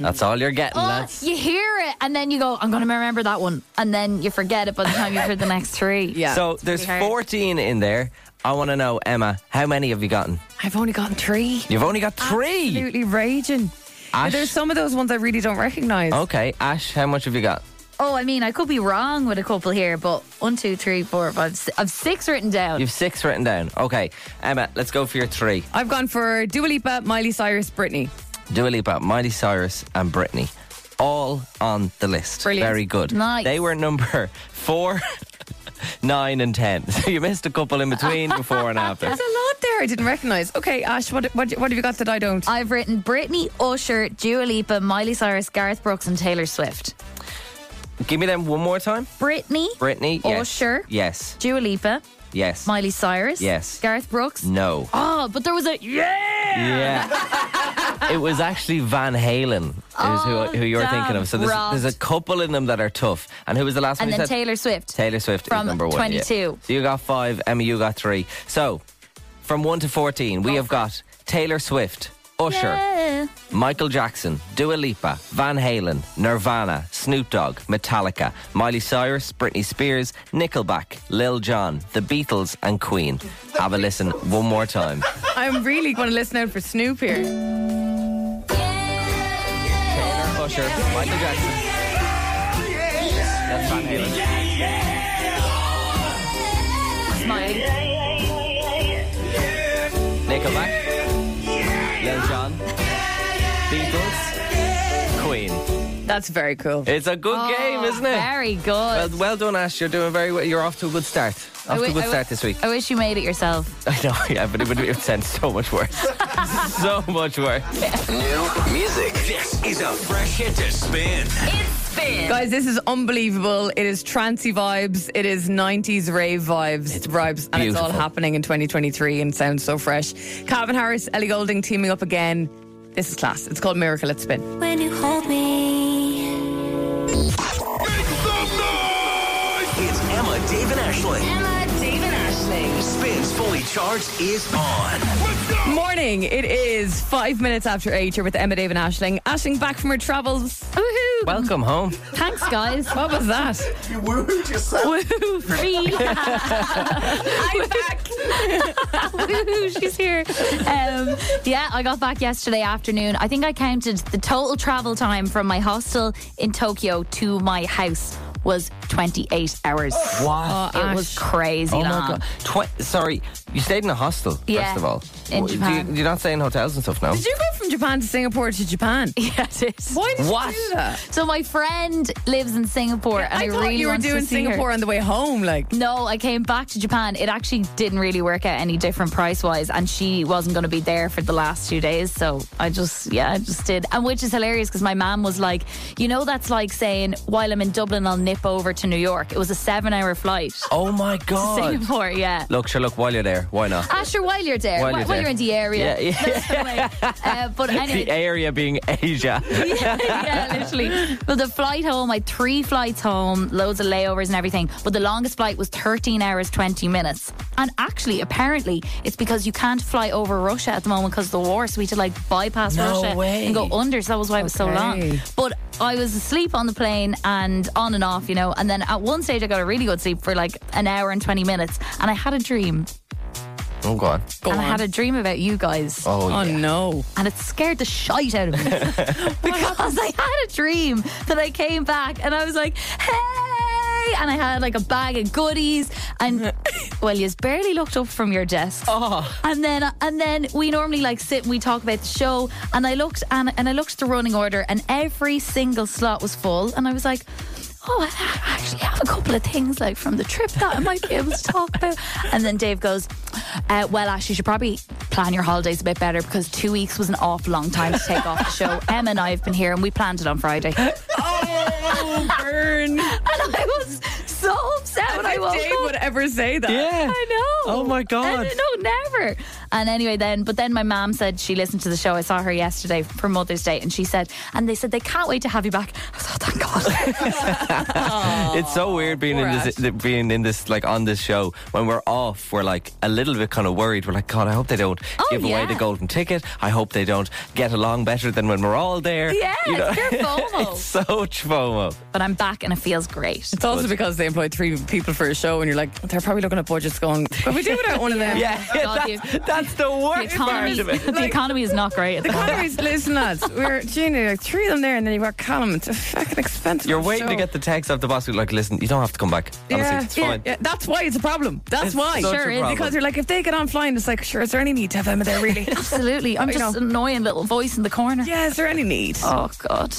E: That's all you're getting,
D: Oh,
E: lads.
D: you hear it, and then you go, I'm going to remember that one. And then you forget it by the time you've heard the next three.
C: Yeah.
E: so there's
D: pretty hard.
E: 14 in there. I want to know, Emma, how many have you gotten?
C: I've only gotten three.
E: You've only got three.
C: Absolutely raging.
E: Ash. Oh.
C: There's some of those ones I really don't recognise.
E: Okay, Ash, how much have you got?
D: Oh, I mean, I could be wrong with a couple here, but one, two, three, four, five, six. I've six written down.
E: You've six written down. Okay, Emma, let's go for your three.
C: I've gone for Dua Lipa, Miley Cyrus, Britney.
E: Dua Lipa, Miley Cyrus, and Britney. All on the list.
C: Brilliant.
E: Very good.
D: Nice.
E: They were number four, nine, and ten. So you missed a couple in between before and after.
C: There's a lot there I didn't recognise. Okay, Ash, what, what what have you got that I don't?
D: I've written Britney, Usher, Dua Lipa, Miley Cyrus, Garth Brooks, and Taylor Swift.
E: Give me them one more time.
D: Britney,
E: Britney.
D: Oh,
E: Yes.
D: Usher.
E: Yes.
D: Dua Lipa,
E: Yes.
D: Miley Cyrus,
E: Yes. Mm.
D: Garth Brooks.
E: no.
D: Oh, but there was a yeah.
E: Yeah. it was actually Van Halen. Is
D: Oh,
E: who, who you're
D: damn,
E: thinking of. So there's,
D: robbed.
E: there's a couple in them that are tough. And who was the last
D: And
E: one? you
D: then
E: said?
D: Taylor Swift.
E: Taylor Swift
D: From
E: is number one. yeah.
D: 22.
E: So you got five, Emma, you got three. So from one to 14, we have got Taylor Swift, Usher,
D: Yeah.
E: Michael Jackson, Dua Lipa, Van Halen, Nirvana, Snoop Dogg, Metallica, Miley Cyrus, Britney Spears, Nickelback, Lil Jon, The Beatles, and Queen. Have a listen one more time.
C: I'm really going to listen out for Snoop here.
E: Usher, Michael Jackson. That's Van Halen.
D: Miley.
E: Nickelback, Lil Jon, Beatles, Queen.
C: That's very cool.
E: It's a good game, isn't it?
D: Oh, Very good.
E: Well, well done, Ash. You're doing very well. You're off to a good start. Off to a
D: wi-
E: good
D: I wi-
E: start this week.
D: I wish you made it yourself.
E: I know, yeah, but it would have sounded so much worse. so much worse.
A: New music. This is a fresh hit to spin.
C: Guys, this is unbelievable. It is trancy vibes. It is 90s rave vibes. It's vibes. And it's all
E: beautiful.
C: happening in 2023 and sounds so fresh. Calvin Harris, Ellie Golding teaming up again. This is class. It's called Miracle at Spin.
H: When you hold me,
A: It's Emma, Dave, and Ashling.
B: Emma, Dave, and Ashling.
A: Spins Fully Charged is on.
C: Morning. It is five minutes after eight. You're with Emma, Dave, and Ashling. Ashling back from her travels. Woohoo!
E: Welcome home.
D: Thanks, guys.
C: What was that?
G: You wooed yourself.
D: Woohoo for me.
C: I'm back.
D: Woohoo, she's here. Um, yeah, I got back yesterday afternoon. I think I counted the total travel time from my hostel in Tokyo to my house was 28 hours.
C: Oh,
E: Wow.
D: It was crazy
E: Oh my
D: long.
E: god! Tw- sorry, you stayed in a hostel.
D: Yeah,
E: first of all,
D: in
E: Do you-
D: Japan.
E: you, are not staying in hotels and stuff now.
C: Did you go from Japan to Singapore to Japan?
D: Yeah, it is.
C: Why did
E: What?
C: you do that?
D: So my friend lives in Singapore, and I,
C: I thought
D: really
C: you were
D: wanted to
C: doing
D: see her.
C: Singapore on the way home. Like,
D: No, I came back to Japan. It actually didn't really work out any different price wise, and she wasn't going to be there for the last two days. So I just, yeah, I just did. And which is hilarious because my mom was like, you know, that's like saying, while I'm in Dublin, I'll nip over to New York. It was a seven hour flight.
E: Oh my god!
D: Singapore, yeah.
E: Look, sure, look. While you're there, why not?
D: Asher, while you're there,
E: While
D: while,
E: you're
D: while
E: there.
D: you're in the area.
E: Yeah, yeah.
D: Uh, but anyway,
E: the area being Asia.
D: yeah, literally. Well, the flight home, I had three flights home, loads of layovers and everything. But the longest flight was 13 hours, 20 minutes. And actually, apparently, it's because you can't fly over Russia at the moment because of the war. So we had to like bypass
E: No
D: Russia
E: way.
D: and go under. So that was why it was so long.
C: Okay.
D: But I was asleep on the plane and on and off, you know. And then at one stage, I got a really good sleep for like an hour and 20 minutes. And I had a dream.
E: oh god!
D: and I had a dream about you guys
E: Oh,
C: oh
E: yeah.
C: no.
D: and it scared the shite out of me because I had a dream that I came back and I was like, hey, and I had like a bag of goodies and well, you barely looked up from your desk. And then uh, and then we normally like sit and we talk about the show and I looked and, and I looked at the running order and every single slot was full and I was like. Oh, I actually have a couple of things like from the trip that I might be able to talk about. And then Dave goes, uh, "Well, Ash, you should probably plan your holidays a bit better because two weeks was an awful long time to take off the show." Emma and I have been here, and we planned it on Friday.
C: Oh, burn.
D: And I was so upset when I
C: If
D: woke
C: Dave
D: up.
C: would ever say that.
E: Yeah.
D: I know.
E: Oh my God.
D: And- no, never. And anyway, then, but then my mom said she listened to the show. I saw her yesterday for Mother's Day, and she said, and they said they can't wait to have you back. I was like, oh, thank God.
E: it's so weird being in
C: poor
E: this, being in this, like on this show. When we're off, we're like a little bit kind of worried. We're like, God, I hope they don't
D: Oh,
E: give away
D: yeah.
E: the golden ticket. I hope they don't get along better than when we're all there.
D: yeah,
E: You know?
D: it's pure
E: It's
D: FOMO.
E: so much FOMO.
D: But I'm back, and it feels great.
C: It's also because they employed three people for a show, and you're like, they're probably looking at budgets going, could we do without one of them?
E: Yeah,
D: God,
E: that's,
D: you-
E: that's the
D: The
E: worst
D: economy,
E: part of it.
D: the economy is not great. at the moment.
C: Connor's, listen, lads, we're Gina, like three of them there, and then you've got Callum. It's a fucking expensive.
E: You're waiting
C: show.
E: to get the text off the boss. who's Like, listen, you don't have to come back. Honestly,
C: Yeah,
E: it's
C: yeah,
E: fine.
C: yeah. that's why it's a problem. That's
E: It's
C: why.
E: such a
D: Sure is,
E: problem.
C: Because you're like, if they get on flying, it's like, sure, is there any need to have Emma there, really?
D: Absolutely. I'm
C: I
D: just
C: know.
D: an annoying little voice in the corner.
C: yeah, is there any need?
D: Oh, God.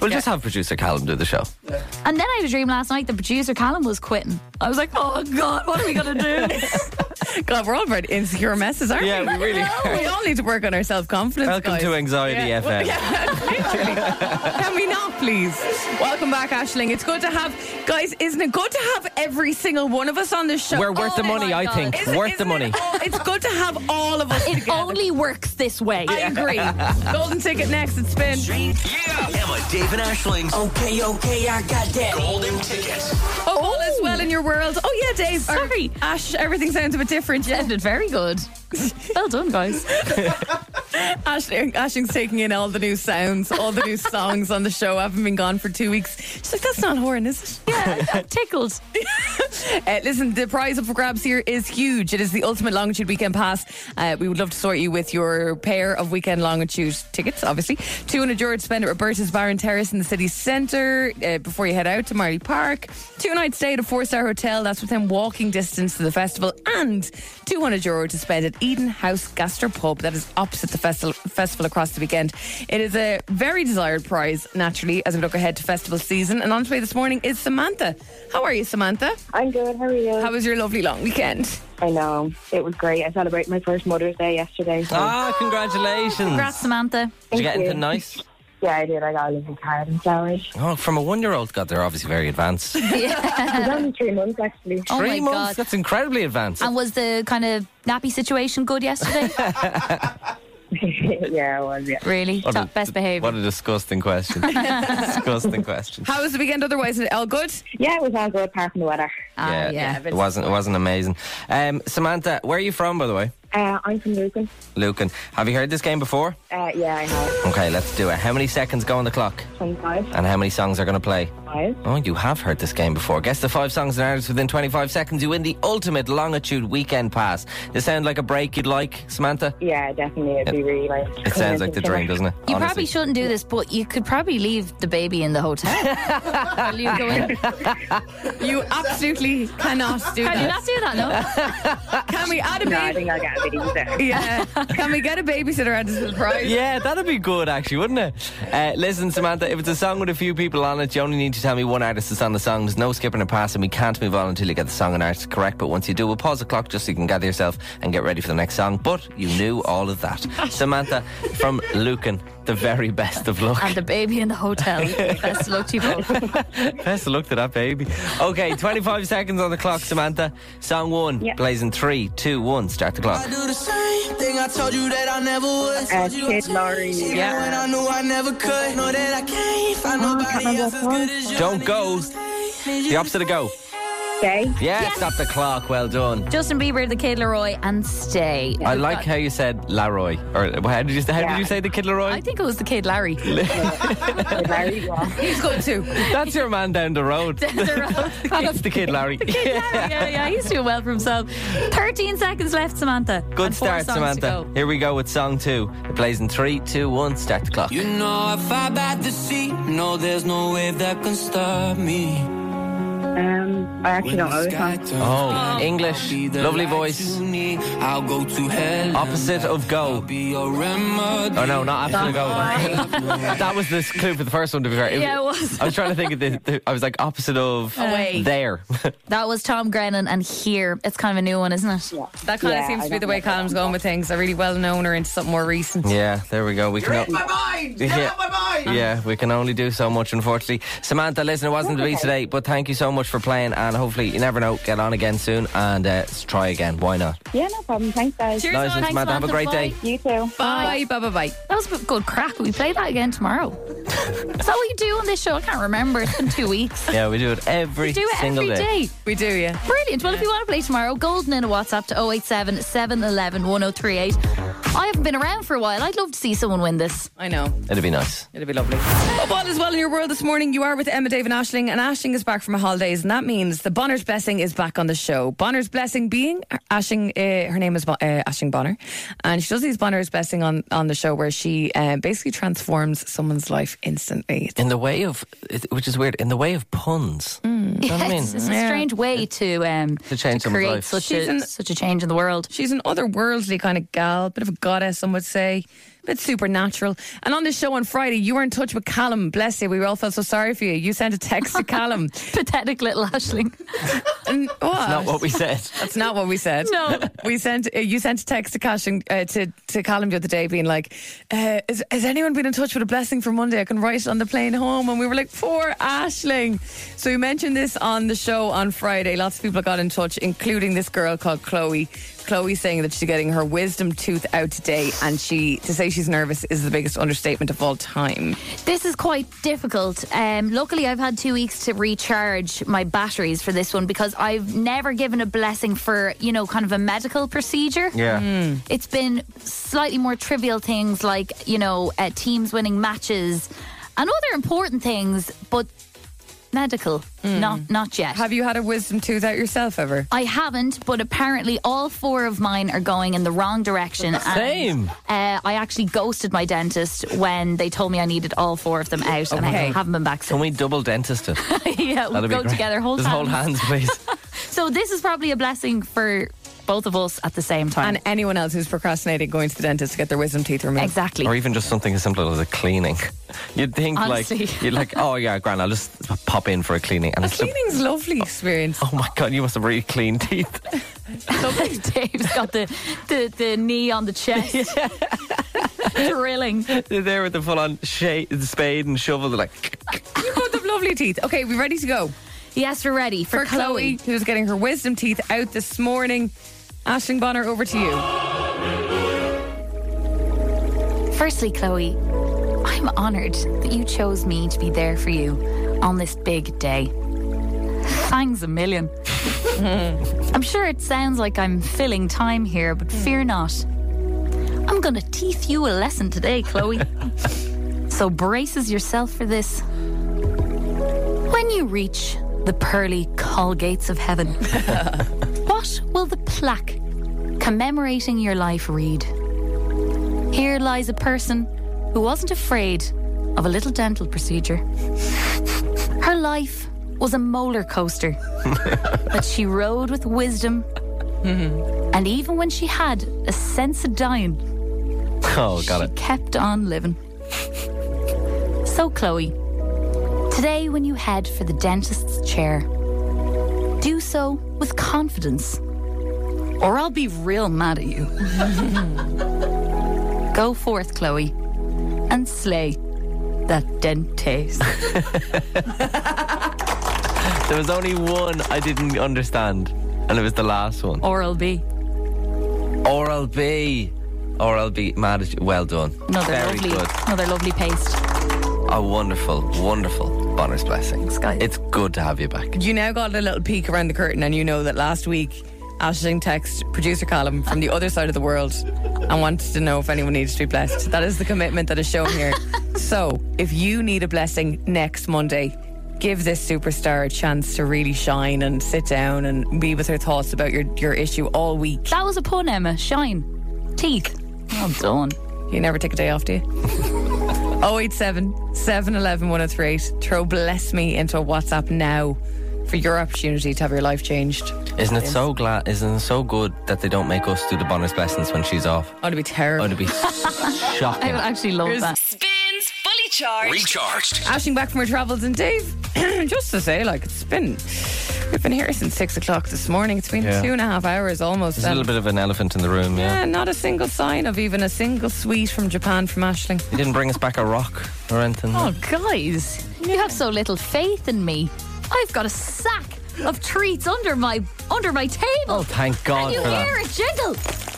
E: We'll just have producer Callum do the show.
D: And then I had a dream last night. The producer, Callum, was quitting. I was like, oh, God, what are we going to do?
C: God, we're all very insecure messes, aren't we?
E: Yeah, we really are.
C: We all need to work on our self confidence.
E: Welcome to Anxiety
C: yeah.
E: FM.
C: Yeah, literally. Can we not, please? Welcome back, Ashling. It's good to have, guys, isn't it good to have every single one of us on this show?
E: We're worth
D: Oh
E: the
D: my
E: money, I
D: God.
E: think.
C: Isn't-
E: worth the
C: isn't it Oh,
E: money.
C: all- it's good to have all of us
D: It
C: together.
D: only works this way.
C: I agree. Golden ticket next. It's been.
A: Yeah. Emma, Dave, and Ashling's. Okay, okay, I got that. Golden ticket.
C: Oh, all is well in your world. Oh, yeah, Dave. Or
D: Sorry.
C: Ash, everything sounds a bit different. Yeah.
D: Sounded very good. Well done, guys.
C: Ashling, Ashling's taking in all the new sounds, all the new songs on the show. I haven't been gone for two weeks. She's like, that's not horn, is it?
D: Yeah, I'm tickled.
C: Uh, listen, the prize up for grabs here is huge. It is the ultimate longitude weekend pass. Uh, we would love to sort you with your pair of weekend longitude tickets, obviously. 200 euro to spend at Roberta's Bar and Terrace in the city centre uh, before you head out to Marley Park. Two night stay at a four star hotel. That's within walking distance to the festival. And 200 euro to spend at Eden House Gaster Pub. That is opposite the festival, festival across the weekend. It is a very desired prize, naturally, as we look ahead to festival season. And on to me this morning is Samantha. How are you, Samantha?
I: I'm good. How are you?
C: How was your lovely long weekend?
I: I know it was great. I celebrated my first Mother's Day yesterday. So
E: Ah, congratulations.
D: Congrats, Samantha.
E: Did you get
I: Thank
E: anything
I: you.
E: nice?
I: yeah, I did. I got a little card and flowers.
E: Oh, from a one-year-old. God, they're obviously very advanced. Three
I: It was only three months actually.
D: Oh my
E: months.
D: god.
E: That's incredibly advanced.
D: And was the kind of nappy situation good yesterday?
I: yeah, it was. Yeah.
D: really?
E: What
D: Top,
E: a-
D: best behaviour.
E: What a disgusting question. disgusting question.
D: Ah,
C: How was the weekend otherwise? Is it all good?
I: Yeah, it was all good apart from the weather.
D: Ah, yeah.
E: it wasn't. It wasn't amazing. Um, Samantha, where are you from, by the way?
I: Uh, I'm from Lucan.
E: Lucan, have you heard this game before?
I: Uh, yeah, I know.
E: Okay, let's do it. How many seconds go on the clock,
I: Twenty-five.
E: and how many songs are going to play?
I: Five.
E: Oh, you have heard this game before. Guess the five songs and artists within 25 seconds. You win the ultimate longitude weekend pass. Does sound like a break you'd like, Samantha?
I: Yeah, definitely. It'd be really nice.
E: It sounds like the dream, doesn't it?
D: You
E: Honestly.
D: probably shouldn't do this, but you could probably leave the baby in the hotel. Will you go in?
C: You absolutely cannot do
D: Can you
C: that.
D: not do that, no?
C: Can we add a
I: No, I
C: baby?
I: think I'll get a bit easier.
C: Yeah. Can we get a babysitter at this little prize?
E: Yeah, that'd be good, actually, wouldn't it? Uh, listen, Samantha, if it's a song with a few people on it, you only need to tell me one artist that's on the song. There's no skipping or passing. We can't move on until you get the song and artist correct. But once you do, we'll pause the clock just so you can gather yourself and get ready for the next song. But you knew all of that. Samantha from Lucan, the very best of luck.
D: And the baby in the hotel. Best of luck to you both.
E: Best of luck to that baby. Okay, 25 seconds on the clock, Samantha. Song one
I: Yeah.
E: plays in three, two, one. Start the clock.
J: do the same thing I told you that I never would.
I: Uh, Kid Laurie.
J: Even when I knew I never could. Know that I can't find nobody else as good as you.
E: Don't go. The opposite of go.
I: Okay.
E: Yeah, stop the clock. Well done.
D: Justin Bieber, the Kid Leroy, and stay.
E: I like how you said Laroy. Or how did you how did
I: Yeah.
E: you say the kid Leroy?
D: I think it was the Kid Larry.
I: Kid Laurie. Yeah.
C: He's good too.
E: That's your man down the road. That's the kid Larry.
D: yeah, yeah, yeah. He's doing well for himself. 13 seconds left, Samantha.
E: Good
D: And four songs
E: start,
D: to
E: Samantha.
D: go.
E: Here we go with song two. It plays in three, two, one. Start the clock.
J: You know if I bat the sea, no, there's no wave that can stop me.
I: Um, I actually don't know this
J: Sky
I: one.
J: turns
E: Oh, English,
J: be the
E: lovely
J: light
E: voice.
J: you need. I'll go to hell.
E: Opposite of go.
J: Be your remedy.
E: Oh no, not after the go. that was the clue for the first one. To be fair,
D: Yeah, it was.
E: I was trying to think of the. the- I was like opposite of
C: Away.
E: There.
D: That was Tom Grennan and here. It's kind of a new one, isn't it?
C: That kind
I: Yeah,
C: of seems
I: I
C: to be the
I: don't
C: way
I: know that
C: Callum's
I: one.
C: going with things. A really well known or into something more recent.
E: yeah, there we go. We can.
J: mind.
E: Yeah.
J: my
E: Yeah, we can only do so much, unfortunately. Samantha, listen, it wasn't to be today, but thank you so much for playing, and hopefully, you never know, get on again soon and uh, let's try again. Why not?
I: Yeah, no problem. Thanks, guys.
C: Cheers,
E: Nice one,
C: on.
E: Samantha. Have a great
D: Samantha.
E: day.
I: You too.
C: Bye, bye, bye, bye.
D: That was a good crack. We play that again tomorrow. Is that what you do on this show? I can't remember. It's been two weeks.
E: Yeah, we do it every
D: Do it
E: single
D: every day.
C: We do, yeah.
D: Brilliant. Well, if you want to play tomorrow, golden in a WhatsApp to 087 711 1038. I haven't been around for a while. I'd love to see someone win this.
C: I know.
E: It'd be nice.
C: It'll be lovely. Hope all is well in your world this morning. You are with Emma, Dave, and Ashling, and Ashling is back from her holidays, and that means the Bonner's Blessing is back on the show. Bonner's Blessing being Ashling, uh, her name is Bo- uh, Ashling Bonner, and she does these Bonner's Blessing on, on the show where she uh, basically transforms someone's life instantly. It's
E: In the way of, it- which is weird, in the way of puns.
D: Mm.
E: You know what I mean?
D: It's, it's a strange way to um,
E: To change someone's
D: create
E: life.
D: Such,
C: She's
D: a,
C: an-
D: such a change in the world.
C: She's an otherworldly kind of gal, bit of a goddess, some would say, a bit supernatural. And on this show on Friday, you were in touch with Callum. Bless you. We all felt so sorry for you. You sent a text to Callum.
D: Pathetic little Ashling.
C: And what?
E: Not what we said.
C: That's not what we said.
D: No.
C: we sent uh, you sent a text to Cash and, uh, to to Callum the other day, being like, uh, is, "Has anyone been in touch with a blessing for Monday? I can write it on the plane home." And we were like, "Poor Ashling." So we mentioned this on the show on Friday. Lots of people got in touch, including this girl called Chloe. Chloe saying that she's getting her wisdom tooth out today, and she to say she's nervous is the biggest understatement of all time.
D: This is quite difficult. Um, luckily, I've had two weeks to recharge my batteries for this one because I've never given a blessing for, you know, kind of a medical procedure.
E: Yeah.
D: It's been slightly more trivial things like, you know, uh, teams winning matches and other important things, but medical, not not yet.
C: Have you had a wisdom tooth out yourself ever?
D: I haven't, but apparently all four of mine are going in the wrong direction. and,
E: Same.
D: uh, I actually ghosted my dentist when they told me I needed all four of them out, and I
C: Okay.
D: haven't been back
E: Can
D: since.
E: we double dentist it?
D: yeah, we
E: That'd be
D: go
E: great.
D: together, hold
E: Just
D: hands.
E: hold hands, please.
D: So this is probably a blessing for both of us at the same time.
C: And anyone else who's procrastinating going to the dentist to get their wisdom teeth removed?
D: exactly.
E: or even just something as simple as a cleaning. You'd think
D: Honestly.
E: like you're like, oh yeah, Gran, I'll just pop in for a cleaning, and it's the-
C: Cleaning's a lovely experience.
E: oh my god, you must have really clean teeth.
D: Dave's got the, the, the knee on the chest. Drilling.
E: They're there with the full on sha- spade and shovel. They're like,
C: You both have lovely teeth. Okay, we ready to go.
D: Yes, we're ready for,
C: For Chloe, who's getting her wisdom teeth out this morning. Ashling Bonner, over to you.
D: Firstly, Chloe, I'm honoured that you chose me to be there for you on this big day. Thanks a million. I'm sure it sounds like I'm filling time here, but fear not. I'm going to teach you a lesson today, Chloe. so braces yourself for this. When you reach the pearly call gates of heaven, what will the plaque commemorating your life read? Here lies a person who wasn't afraid of a little dental procedure. Her life was a molar coaster that she rode with wisdom. And even when she had a sense of dying,
E: oh, got
D: she
E: it.
D: kept on living. So, Chloe, today when you head for the dentist's chair, do so with confidence, or I'll be real mad at you. Go forth, Chloe, and slay that dentist.
E: There was only one I didn't understand, and it was the last one.
D: Oral B.
E: Oral B, Oral B, mad at you. Well done.
D: Another
E: Very
D: lovely,
E: good.
D: another lovely paste.
E: A wonderful, wonderful Bonner's blessing.
D: guys.
E: It's good to have you back.
C: You now got a little peek around the curtain, and you know that last week, Ashling texted producer Colin from the other side of the world and wanted to know if anyone needs to be blessed. That is the commitment that is shown here. so, if you need a blessing next Monday, give this superstar a chance to really shine and sit down and be with her thoughts about your, your issue all week.
D: That was a pun, Emma. Shine. Teeth. Well done.
C: You never take a day off, do you? 087 711 1038. Throw Bless Me into a WhatsApp now for your opportunity to have your life changed.
E: Isn't it so glad? Isn't it so good that they don't make us do the Bonner's blessings when she's off?
C: Oh, it'd be terrible.
E: Oh, it'd be shocking.
D: I would actually
E: Oh,
D: love that.
B: Spins fully charged.
A: Recharged.
C: Ashing back from her travels and Dave, just to say, like, it's been We've been here since six o'clock this morning. It's been
E: Yeah.
C: two and a half hours almost.
E: There's a
C: and-
E: little bit of an elephant in the room, yeah.
C: yeah, not a single sign of even a single sweet from Japan from Ashling.
E: He didn't bring us back a rock or anything.
D: Oh, guys, you have so little faith in me. I've got a sack of treats under my under my table.
E: Oh, thank
D: and
E: God
D: you
E: for
D: hear
E: that.
D: it jiggle.
E: Oh,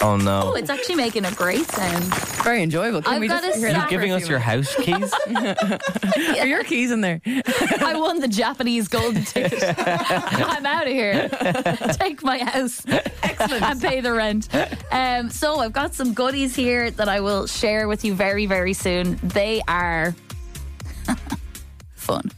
D: Oh,
E: no.
D: it's actually making a great sound.
C: Very enjoyable. Can
D: I've
C: we
D: got
C: just
D: a
C: hear
D: sack.
E: you
C: that for
E: giving
C: a
E: us
C: few
E: your house keys?
C: minutes? Are your keys in there?
D: I won the Japanese golden ticket. I'm out of here. Take my house. Excellent. And pay the rent. Um, so I've got some goodies here that I will share with you very, very soon. They are fun.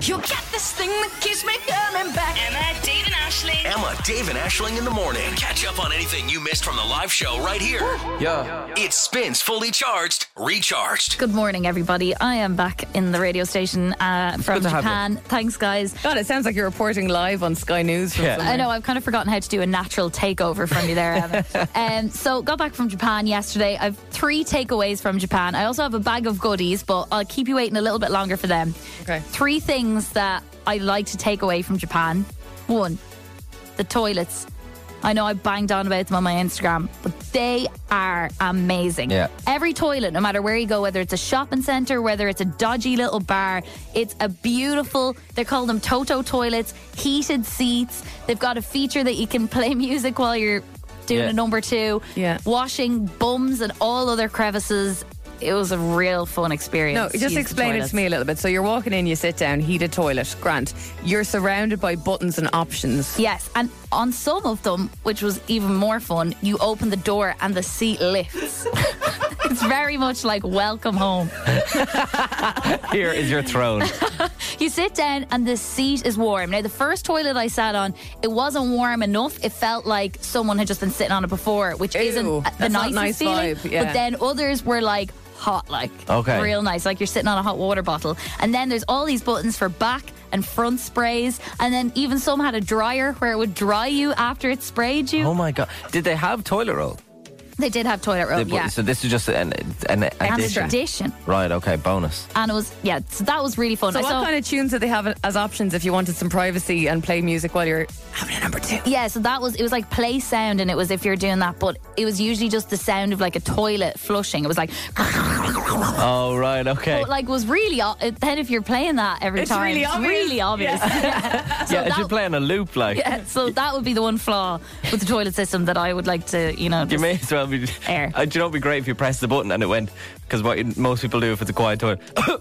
B: You get this thing that keeps me coming back. Emma, Dave, and Ashling.
A: Emma, Dave, and Ashling in the morning. Catch up on anything you missed from the live show right here.
E: yeah.
A: It spins fully charged, recharged.
D: Good morning, everybody. I am back in the radio station uh, from
E: good to have
D: Japan. Thanks, guys.
C: God, it sounds like you're reporting live on Sky News. From
E: Yeah.
C: somewhere.
D: I know I've kind of forgotten how to do a natural takeover from you there. Evan. um, so got back from Japan yesterday. I've three takeaways from Japan. I also have a bag of goodies, but I'll keep you waiting a little bit longer for them.
C: Okay.
D: Three things that I like to take away from Japan. One, the toilets. I know I banged on about them on my Instagram, but they are amazing.
E: Yeah.
D: Every toilet, no matter where you go, whether it's a shopping center, whether it's a dodgy little bar, it's a beautiful, they call them Toto toilets, heated seats. They've got a feature that you can play music while you're doing
E: Yeah.
D: a number two,
C: Yeah.
D: washing bums and all other crevices. It was a real fun experience.
C: No, just
D: Use the
C: explain it
D: toilets.
C: to me a little bit. So you're walking in, you sit down, heated toilet, Grant. You're surrounded by buttons and options.
D: Yes, and on some of them, which was even more fun, you open the door and the seat lifts. it's very much like welcome home.
E: Here is your throne.
D: You sit down and the seat is warm. Now, the first toilet I sat on, it wasn't warm enough. It felt like someone had just been sitting on it before, which isn't
C: Ew,
D: the
C: that's not
D: nicest
C: nice
D: feeling.
C: vibe, yeah.
D: But then others were like hot, like
E: Okay.
D: real nice, like you're sitting on a hot water bottle. And then there's all these buttons for back and front sprays, and then even some had a dryer where it would dry you after it sprayed you.
E: Oh, my God. Did they have toilet roll?
D: They did have toilet roll,
E: They bu-
D: Oh, yeah.
E: So this is just an,
D: and
E: an addition.
D: addition.
E: Right, okay, bonus.
D: And it was, yeah, so that was really fun.
C: So
D: I
C: what
D: saw-
C: kind of tunes do they have as options if you wanted some privacy and play music while you're having a number two?
D: yeah, so that was, it was like play sound and it was if you're doing that, but it was usually just the sound of like a toilet flushing. It was like,
E: Oh, right, okay.
D: but like was really, o- then if you're playing that every
C: It's
D: time,
C: really
D: it's
C: obvious.
D: really obvious. so
E: yeah, if
D: that-
E: you're playing a loop, like,
D: yeah, so that would be the one flaw with the toilet system that I would like to, you know,
E: you
D: just,
E: may as well be.
D: Air.
E: Uh, do you know what would be great if you press the button and it went? Because what you- most people do if it's a quiet toilet.
D: or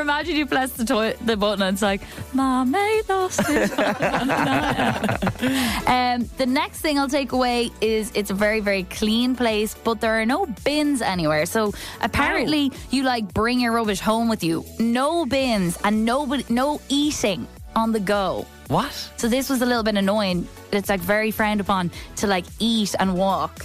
D: imagine you press the, toilet, the button and it's like, "My mate lost it. Um, the next thing I'll take away is it's a very, very clean place, but there are no bins anywhere. So apparently, you like bring your rubbish home with you. No bins and nobody, no eating on the go.
E: what?
D: So this was a little bit annoying. It's like very frowned upon to like eat and walk.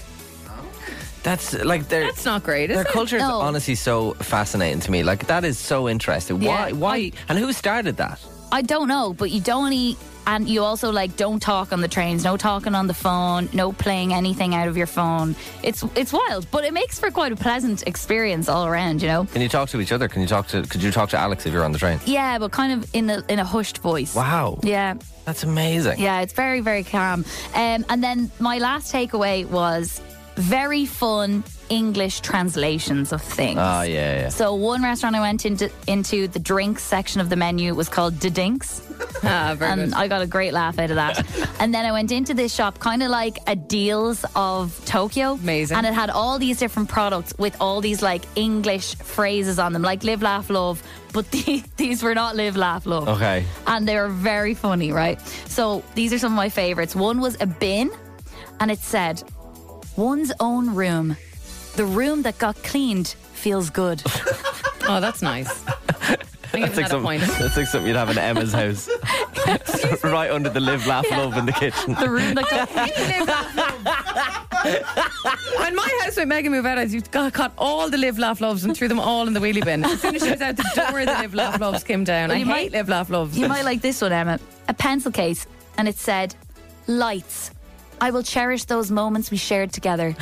E: That's like they're.
C: That's not great, is
E: their
C: it?
E: culture is
D: No.
E: honestly so fascinating to me. Like that is so interesting.
D: Yeah,
E: why? Why?
D: I-
E: and who started that?
D: I don't know, but you don't eat. And you also like don't talk on the trains, no talking on the phone, no playing anything out of your phone. It's it's wild, but it makes for quite a pleasant experience all around, you know.
E: Can you talk to each other? Can you talk to? Could you talk to Alex if you're on the train?
D: Yeah, but kind of in a in a hushed voice.
E: Wow,
D: Yeah,
E: that's amazing.
D: yeah, it's very very calm. Um, and then my last takeaway was very fun English translations of things.
E: Ah, yeah, yeah.
D: So one restaurant I went into into the drinks section of the menu was called De Dinks.
C: Ah, very
D: and
C: good.
D: I got a great laugh out of that. and then I went into this shop, kind of like a deals of Tokyo.
C: Amazing.
D: And it had all these different products with all these like English phrases on them, like live, laugh, love. But the, these were not live, laugh, love.
E: Okay.
D: And they were very funny, right? So these are some of my favorites. One was a bin, and it said, one's own room. The room that got cleaned feels good.
C: Oh, that's nice. That's
E: That's like,
C: a
E: something,
C: point.
E: that's like something you'd have in Emma's house. right under the live, laugh, love in the kitchen.
D: The room that got cleaned.
C: When my housemate Megan moved out, I just got, caught all the live, laugh, loves and threw them all in the wheelie bin. As soon as she was out the door, the live, laugh, loves came down.
D: Well,
C: I
D: you
C: hate
D: might-
C: live, laugh, loves.
D: You might like this one, Emma. A pencil case, and it said, "Lights." I will cherish those moments we shared together.